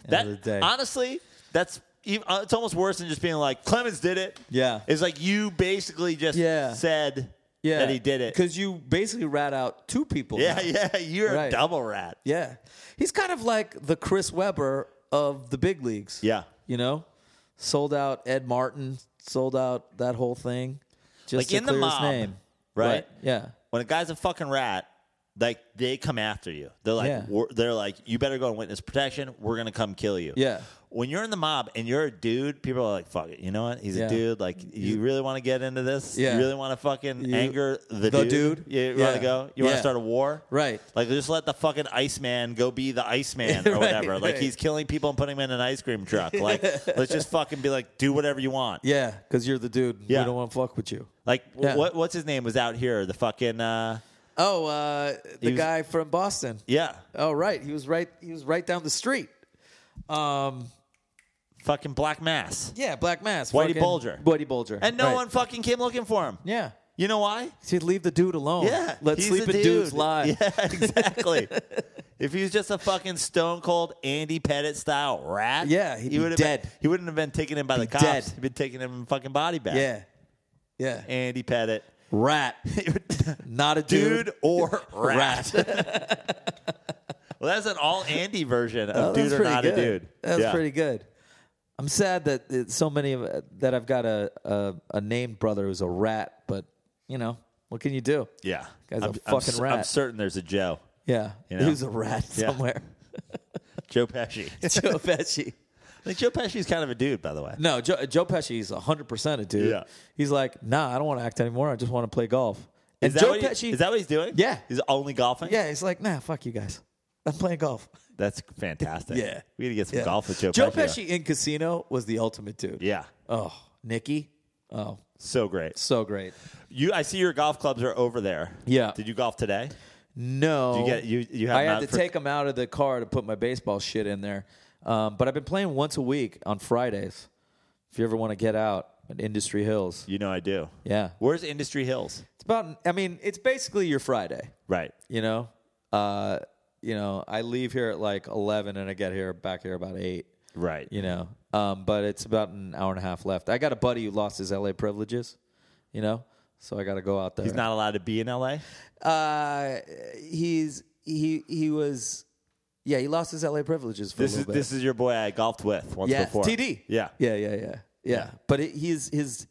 B: of
A: That
B: the day.
A: honestly, that's even, uh, it's almost worse than just being like Clemens did it.
B: Yeah.
A: It's like you basically just
B: Yeah.
A: said
B: yeah,
A: that he did it.
B: because you basically rat out two people.
A: Yeah,
B: now.
A: yeah, you're a
B: Right.
A: double rat.
B: yeah. He's kind of like the Chris Webber of the big leagues.
A: Yeah.
B: you know, sold out Ed Martin, sold out that whole thing, just
A: Like
B: to
A: in the
B: clear
A: mob,
B: his name,
A: right?
B: Yeah,
A: When a guy's a fucking rat, like they come after you. They're like,
B: Yeah.
A: we're, they're like, you better go in witness protection. We're gonna come kill you.
B: Yeah.
A: When you're in the mob and you're a dude, people are like, "Fuck it." You know what? He's
B: Yeah.
A: a dude. Like, you really want to get into this?
B: Yeah.
A: You really want to fucking
B: You-
A: anger the,
B: the dude?
A: You want
B: Yeah.
A: to go? You want
B: Yeah.
A: to start a war?
B: Right.
A: Like, just let the fucking Iceman go be the Iceman or
B: Right,
A: whatever. Like,
B: right.
A: he's killing people and putting them in an ice cream truck. Like, let's just fucking be like, do whatever you want.
B: yeah, because you're the dude.
A: Yeah.
B: we don't want to fuck with you.
A: Like,
B: Yeah.
A: what what's his name was out here? The fucking uh,
B: Oh, uh, the
A: was-
B: guy from Boston.
A: yeah,
B: Oh, right. He was right. He was right down the street. Um,
A: fucking Black Mass.
B: yeah, Black Mass.
A: Whitey
B: fucking-
A: Bulger.
B: Whitey Bulger.
A: And no
B: Right.
A: one fucking came looking for him.
B: Yeah.
A: You know why?
B: See, leave the dude alone.
A: Yeah.
B: Let
A: he's
B: sleep
A: a
B: in dudes lie.
A: Yeah, exactly. if he was just a fucking stone cold Andy Pettit style rat,
B: Yeah, he'd be
A: would've
B: dead.
A: Been, he wouldn't have been taken in by the cops.
B: dead.
A: He'd been taking him in fucking body bag.
B: Yeah. Yeah.
A: Andy Pettit.
B: Rat. Not a dude.
A: Dude or rat. well, that's an all Andy version
B: Oh,
A: of
B: that's
A: dude or
B: pretty
A: not
B: good.
A: a dude.
B: That's
A: Yeah.
B: pretty good. I'm sad that it, so many of that I've got a, a a named brother who's a rat, but you know what can you do?
A: Yeah.
B: Guy's a
A: I'm, I'm
B: fucking
A: cer- I'm
B: rat.
A: certain there's a Joe.
B: Yeah,
A: You know?
B: who's a rat
A: Yeah.
B: somewhere?
A: Joe Pesci. I
B: Joe Pesci.
A: think Joe Pesci's kind of a dude, by the way.
B: No, Joe, Joe Pesci's 100% a dude.
A: Yeah.
B: He's like, nah, I don't want to act anymore. I just want to play golf. And
A: Is that,
B: Joe
A: what he-
B: Pesci.
A: is that what he's doing?
B: Yeah.
A: He's only golfing?
B: yeah, he's like, nah, fuck you guys. I'm playing golf.
A: That's fantastic.
B: Yeah.
A: We got to get some
B: Yeah.
A: golf with Joe,
B: Joe
A: Pesci.
B: Pesci in Casino was the ultimate dude.
A: Yeah.
B: Oh, Nikki. Oh,
A: So great.
B: so great.
A: You I see your golf clubs are over there.
B: Yeah.
A: Did you golf today?
B: No.
A: you get- you- you have
B: I
A: him
B: had
A: out
B: to
A: for-
B: take him out of the car to put my baseball shit in there. Um, but I've been playing once a week on Fridays. If you ever want to get out at Industry Hills.
A: You know I do.
B: Yeah.
A: Where's Industry Hills?
B: It's about I mean, it's basically your Friday.
A: Right.
B: you know uh you know i leave here at like 11 and i get here back here about 8
A: Right.
B: you know um but it's about an hour and a half left i got a buddy who lost his la privileges you know so i got to go out there
A: He's not allowed to be in LA?
B: uh he's he he was yeah he lost his la privileges for
A: This
B: a
A: is
B: little bit
A: this is your boy I golfed with once
B: yeah
A: before.
B: td
A: Yeah.
B: yeah yeah yeah yeah, but it, he's his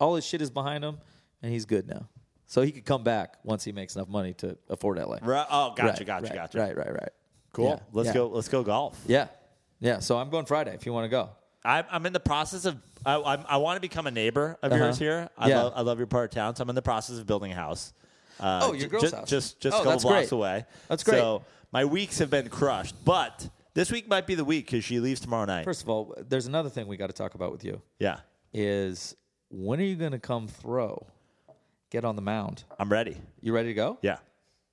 B: all his shit is behind him and he's good now so he could come back once he makes enough money to afford la
A: Right. Oh, gotcha,
B: Right,
A: gotcha,
B: right,
A: gotcha.
B: Right, right, right.
A: Cool.
B: Yeah,
A: Let's
B: yeah.
A: go let's go golf.
B: Yeah, yeah. So I'm going Friday if you want to go.
A: I'm, I'm in the process of I, I'm, I want to become a neighbor of yours here. I,
B: Uh-huh. Yeah.
A: love, I love your part of town, so I'm in the process of building a house. Uh,
B: Oh, your
A: ju-
B: girl's
A: ju-
B: house.
A: Just just a
B: Oh,
A: couple
B: that's
A: blocks
B: great.
A: away.
B: That's great.
A: So my weeks have been crushed, but this week might be the week because she leaves tomorrow night.
B: First of all, there's another thing we got to talk about with you
A: yeah,
B: is when are you going to come throw? Get on the mound.
A: I'm ready.
B: You ready to go?
A: Yeah.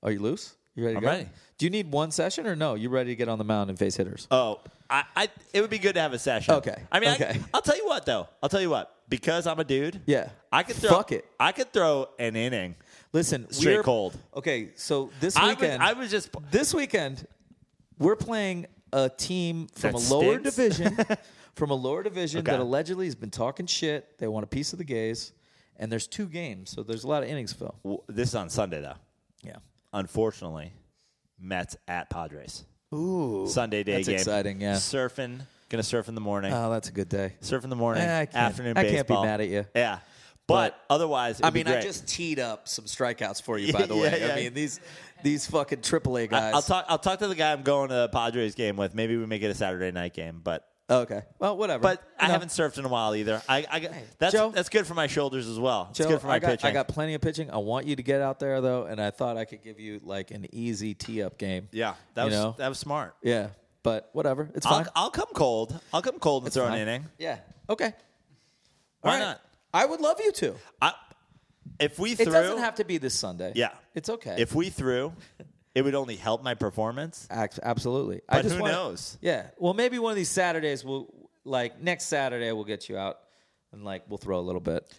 B: Are you loose? You ready to
A: I'm
B: go?
A: ready.
B: Do you need one session or no? You ready to get on the mound and face hitters?
A: Oh, I, I it would be good to have a session.
B: Okay.
A: I mean,
B: Okay.
A: I, will tell you what though. I'll tell you what because I'm a dude.
B: Yeah.
A: I could throw.
B: Fuck it.
A: I could throw an inning.
B: Listen,
A: Straight
B: we're-
A: cold.
B: Okay, so this
A: I was,
B: weekend,
A: I was just
B: this weekend we're playing a team from
A: That
B: a lower
A: stinks.
B: division from a lower division
A: Okay.
B: that allegedly has been talking shit they want a piece of the gays and there's two games so there's a lot of innings phil
A: w- this is on Sunday though.
B: yeah
A: unfortunately, Mets at Padres. Ooh, Sunday day
B: that's
A: game.
B: exciting, yeah.
A: surfing, gonna surf in the morning.
B: oh that's a good day
A: surf in the morning.
B: Eh, I can't-
A: afternoon
B: I
A: baseball.
B: can't be mad at you.
A: Yeah, but, otherwise, it'd
B: i
A: be
B: mean i
A: great.
B: just teed up some strikeouts for you
A: Yeah,
B: by the way
A: yeah, yeah.
B: i mean these these fucking aaa
A: I-
B: guys
A: I'll talk. I'll talk to the guy I'm going to the Padres game with. Maybe we make it a Saturday night game, but.
B: okay well whatever
A: But I
B: No.
A: haven't surfed in a while either. I, I got- that's
B: Joe.
A: that's good for my shoulders as well. It's
B: Joe,
A: good for my
B: I, got,
A: pitching.
B: I got plenty of pitching. I want you to get out there though, and I thought I could give you like an easy tee up game.
A: yeah, that
B: you
A: was
B: know?
A: that was smart.
B: Yeah, but whatever. It's
A: I'll,
B: fine.
A: I'll come cold. I'll come cold and throw
B: Fine.
A: an inning.
B: Yeah. Okay.
A: Why
B: All right.
A: not?
B: I would love you to.
A: I, if we
B: It
A: threw,
B: doesn't have to be this Sunday.
A: Yeah.
B: It's okay.
A: if we threw, it would only help my performance.
B: Ac- absolutely. I
A: But
B: just
A: who
B: wanna-
A: knows?
B: Yeah. Well, maybe one of these Saturdays we'll like next Saturday we'll get you out and like we'll throw a little bit.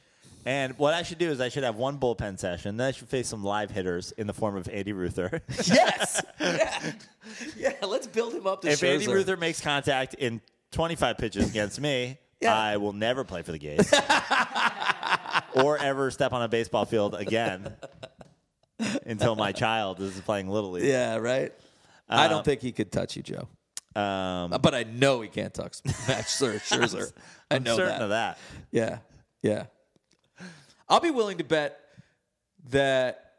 A: And what I should do is I should have one bullpen session. Then I should face some live hitters in the form of Andy Ruther.
B: Yes. yeah. yeah. Let's build him up to
A: if Andy
B: Scherzer.
A: Ruther makes contact in 25 pitches against me,
B: Yeah.
A: I will never play for the Gays. or ever step on a baseball field again until my child is playing Little League.
B: Yeah, right. I don't think he could touch you, Joe. Uh,
A: Um,
B: But I know he can't touch Max Scher- Scherzer. Oh, I know
A: certain
B: that.
A: of that.
B: Yeah, yeah. I'll be willing to bet that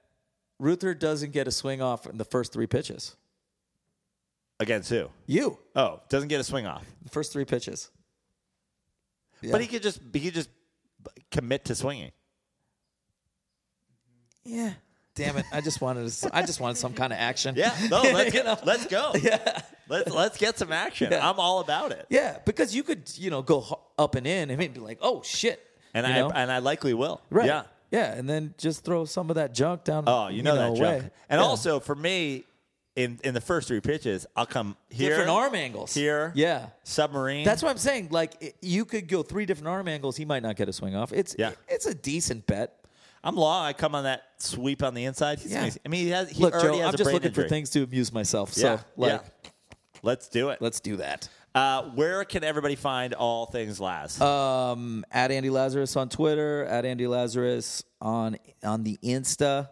B: Ruther doesn't get a swing off in the first three pitches.
A: Against who?
B: You,
A: Oh, doesn't get a swing off.
B: the first three pitches. Yeah.
A: But he could just he could just commit to swinging.
B: Yeah. Damn it! I just wanted to, I just wanted some kind of action.
A: Yeah, no, let's,
B: You know?
A: let's go. Let's let's get some action. I'm all about it.
B: Yeah, because you could, you know, go ho- up and in and maybe be like, "Oh shit,"
A: And
B: you
A: I
B: know?
A: and I likely will.
B: right,
A: Yeah.
B: yeah, and then just throw some of that junk down.
A: Oh, you know, that
B: away.
A: joke. And
B: Yeah.
A: also for me, in in the first three pitches, I'll come here,
B: different arm angles
A: here,
B: Yeah,
A: submarine.
B: that's what I'm saying. Like i- you could go three different arm angles. He might not get a swing off. It's
A: Yeah.
B: it's a decent bet.
A: I'm long. I come on that sweep on the inside. He's
B: Yeah.
A: amazing. I mean, he has. He
B: Look,
A: already
B: Joe,
A: has
B: I'm
A: a
B: just
A: brain
B: looking
A: injury.
B: for things to amuse myself.
A: Yeah,
B: So like,
A: yeah. Let's do it.
B: let's do that.
A: Uh, where can everybody find all things Laz?
B: Um, at Andy Lazarus on Twitter, at Andy Lazarus on on the Insta,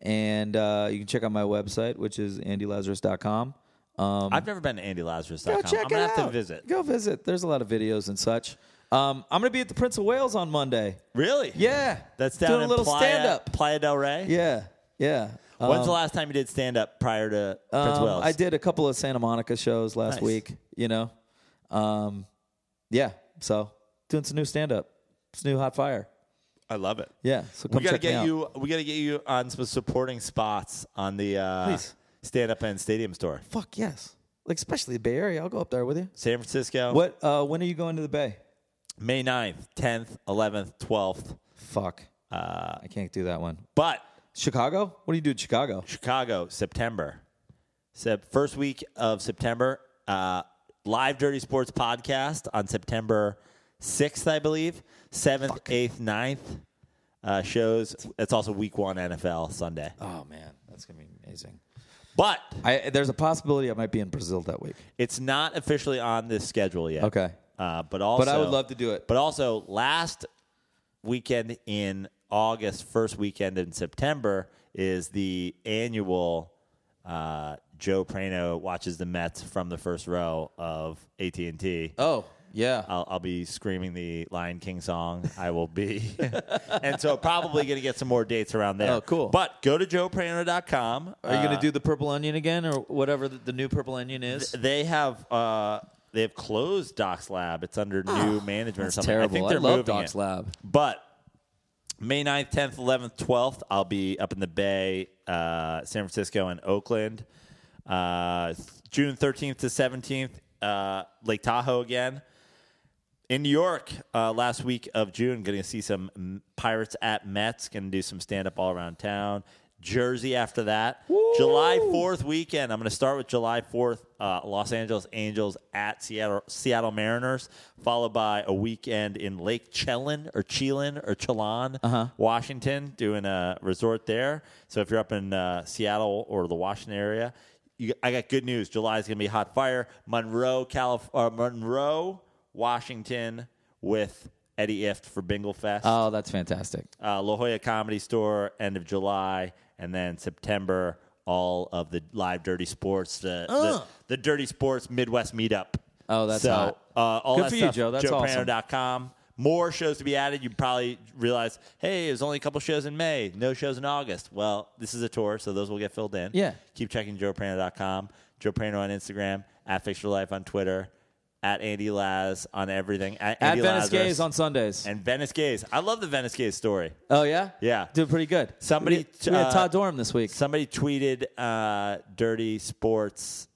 B: and uh, you can check out my website, which is andylazarus.com. Um,
A: I've never been to AndyLazarus.com.
B: go check
A: I'm gonna
B: it
A: have
B: out.
A: to visit.
B: Go visit. There's a lot of videos and such. Um, I'm gonna be at the Prince of Wales on Monday.
A: Really?
B: Yeah,
A: That's down
B: doing
A: in
B: a little
A: Playa,
B: stand up.
A: Playa del Rey.
B: Yeah, yeah. Um,
A: When's the last time you did stand up prior to Prince
B: um,
A: Wales?
B: I did a couple of Santa Monica shows last
A: Nice.
B: week. You know, um, yeah. So doing some new stand up, some new hot fire.
A: I love it.
B: Yeah, so come
A: We gotta
B: check me
A: get
B: out.
A: you. We gotta get you on some supporting spots on the uh,
B: Please.
A: stand up and stadium store.
B: Fuck yes, like especially the Bay Area. I'll go up there with you.
A: San Francisco.
B: What? Uh, when are you going to the Bay?
A: May 9th, 10th, 11th, 12th.
B: Fuck, uh, I can't do that one.
A: But
B: Chicago? What do you do in Chicago?
A: Chicago, September. Sep- first week of September. Uh, live Dirty Sports podcast on September 6th, I believe. 7th, 8th, 9th. Uh, shows. It's also week one NFL Sunday.
B: Oh man, that's gonna be amazing.
A: But
B: I, there's a possibility I might be in Brazil that week.
A: it's not officially on this schedule yet.
B: Okay.
A: Uh, but also,
B: But I would love to do it.
A: But also, last weekend in August, first weekend in September is the annual uh, Joe Prano watches the Mets from the first row of AT and T.
B: Oh yeah,
A: I'll, I'll be screaming the Lion King song. I will be. and so, probably going to get some more dates around there.
B: Oh, cool.
A: But go to joeprano.com.
B: Are you going to do the purple onion again, or whatever the, the new purple onion is?
A: They have uh, they have closed Docs Lab. It's under new management or something. I think they're moving it.
B: Lab.
A: But May 9th, 10th, 11th, 12th, I'll be up in the Bay, uh, San Francisco, and Oakland. Uh, June 13th to 17th, uh, Lake Tahoe again. In New York, uh, last week of June, going to see some mm, Pirates at Mets. Going to do some stand up all around town. Jersey after that. July 4th weekend. I'm going to start with July 4th, uh, Los Angeles Angels at Seattle, Seattle Mariners, followed by a weekend in Lake Chelan or Chelan or Chelan, Washington, doing a resort there. So if you're up in uh, Seattle or the Washington area, you, I got good news. July is going to be hot fire. Monroe, Calif- uh, Monroe, Washington with Eddie Ift for Bingle Fest
B: Oh, that's fantastic.
A: uh, La Jolla Comedy Store end of July, and then September all of the live Dirty Sports, the the, the Dirty Sports Midwest Meetup.
B: Oh, that's
A: so.
B: hot.
A: Uh, all
B: Good
A: that
B: for you,
A: stuff,
B: Joe. That's awesome.
A: JoePrano.com. More shows to be added. You probably realize, hey, there's only a couple shows in May, no shows in August. Well, this is a tour, so those will get filled in.
B: Yeah.
A: Keep checking JoePrano.com, Joe Prano on Instagram, at Fix Your Life on Twitter, at Andy Laz on everything, at,
B: At
A: Andy
B: Venice
A: Lazarus,
B: Gays on Sundays.
A: and Venice Gays. I love the Venice Gays story.
B: oh yeah,
A: Yeah.
B: Doing pretty good.
A: Somebody-
B: we, had- we had
A: uh,
B: Todd Dorm this week.
A: Somebody tweeted uh, Dirty Sports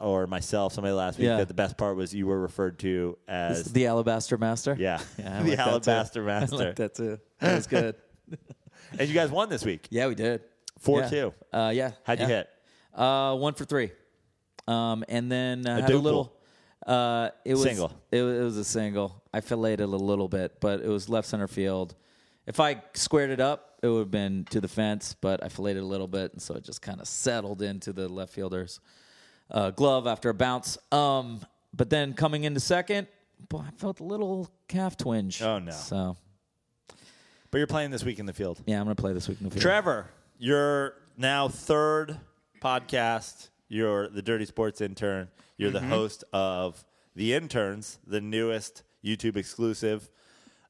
A: or myself, somebody last week,
B: Yeah.
A: that the best part was you were referred to as.
B: the Alabaster Master.
A: yeah.
B: yeah I
A: the
B: like that too.
A: Alabaster
B: I
A: Master.
B: like that too. That was good.
A: And you guys won this week.
B: yeah, we did.
A: 4-2.
B: Yeah. Uh, yeah.
A: How'd you
B: yeah.
A: hit?
B: Uh, one for three. Um, and then uh, had a
A: duple.
B: little. Uh, it was
A: Single.
B: It was, it was a single. I filleted it a little bit, but it was left center field. If I squared it up, it would have been to the fence, but I filleted a little bit, and so it just kind of settled into the left fielder's uh, glove after a bounce. Um, but then Oh, coming into second, boy, I felt a little calf twinge.
A: Oh, no.
B: So
A: But you're playing this week in the field.
B: Yeah, I'm gonna play this week in the field.
A: Trevor, you're now third podcast. You're the Dirty Sports intern. You're
B: Mm-hmm.
A: the host of The Interns, the newest YouTube exclusive.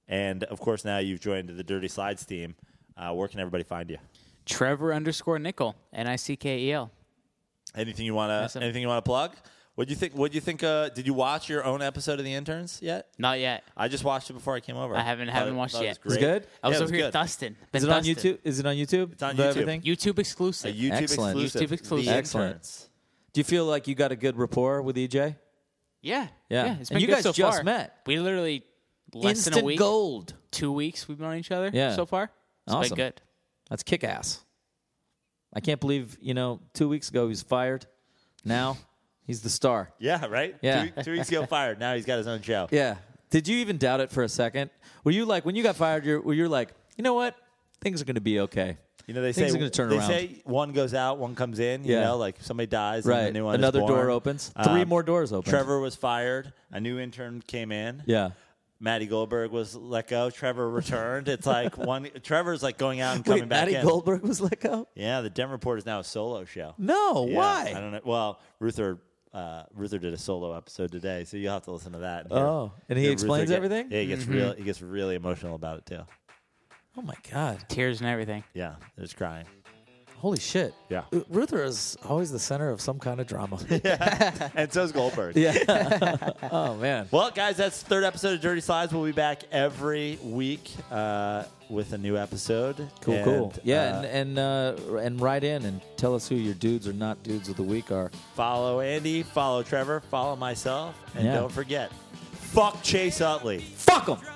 A: And of course, now you've joined the Dirty Slides team. Uh, where can everybody find you?
C: Trevor underscore Nickel, N I C K E L.
A: Anything you want to?
C: it.
A: Anything you want to plug? What do you think? What do you think? Uh, did you watch your own episode of The Interns yet?
C: Not yet.
A: I just watched it before I came over.
C: I haven't-
A: Thought
C: haven't
A: it-
C: watched
A: thought
C: it
A: was
C: yet. Is
A: great.
B: good?
C: I was
A: Yeah, it
C: over here
A: good.
C: dusting. Been
B: Is it on
C: dusting.
B: YouTube? Is it on YouTube? It's
A: on YouTube.
B: Everything?
C: YouTube
A: A
C: exclusive.
A: YouTube
B: Excellent.
A: exclusive.
C: YouTube exclusive.
A: The
B: Excellent.
A: Interns.
B: Do you feel like you got a good rapport with E EJ?
C: yeah.
B: Yeah.
C: It's
B: And
C: been
B: you
C: good
B: guys
C: so
B: just
C: far.
B: met.
C: We literally less
B: Instant
C: than a week,
B: gold.
C: two weeks we've known each other
B: Yeah.
C: so far. It's
B: Awesome.
C: been good.
B: That's kick ass. I can't believe you know. Two weeks ago he was fired. Now he's the star.
A: Yeah, right.
B: Yeah.
A: Two, two weeks ago fired. Now he's got his own show.
B: Yeah. Did you even doubt it for a second? Were you like when you got fired? You're, were you like, you know what? Things are going to be okay.
A: You know, they
B: Things
A: say
B: are gonna turn
A: they
B: around.
A: say one goes out, one comes in. You
B: Yeah.
A: know, like somebody dies, and
B: Right.
A: a new one is
B: Another
A: born. Um,
B: door opens. Three more doors open.
A: Trevor was fired. A new intern came in.
B: Yeah.
A: Maddie Goldberg was let go. Trevor returned. It's like one. Trevor's like going out and coming
B: Wait,
A: back
B: Matty
A: in.
B: Goldberg was let go.
A: yeah, the Denver Report is now a solo show.
B: No,
A: Yeah,
B: why?
A: I don't know. Well, Ruther. Uh, Ruther did a solo episode today, so you'll have to listen to that. and hear-
B: Oh, and he
A: hear Ruther
B: explains
A: get-
B: everything?
A: Yeah, he gets real. He gets really emotional about it too.
B: Oh my god!
C: Tears and everything.
A: Yeah, there's crying.
B: Holy shit!
A: Yeah.
B: Uh, Ruther is always the center of some kind of drama.
A: And so's Goldberg.
B: oh man!
A: Well, guys, that's the third episode of Dirty Slides. We'll be back every week uh, with a new episode.
B: Cool,
A: And,
B: cool. Yeah,
A: uh,
B: and and uh, and write in and tell us who your dudes or not dudes of the week are.
A: follow Andy, follow Trevor, follow myself, and
B: Yeah.
A: don't forget, fuck Chase Utley.
B: Fuck them.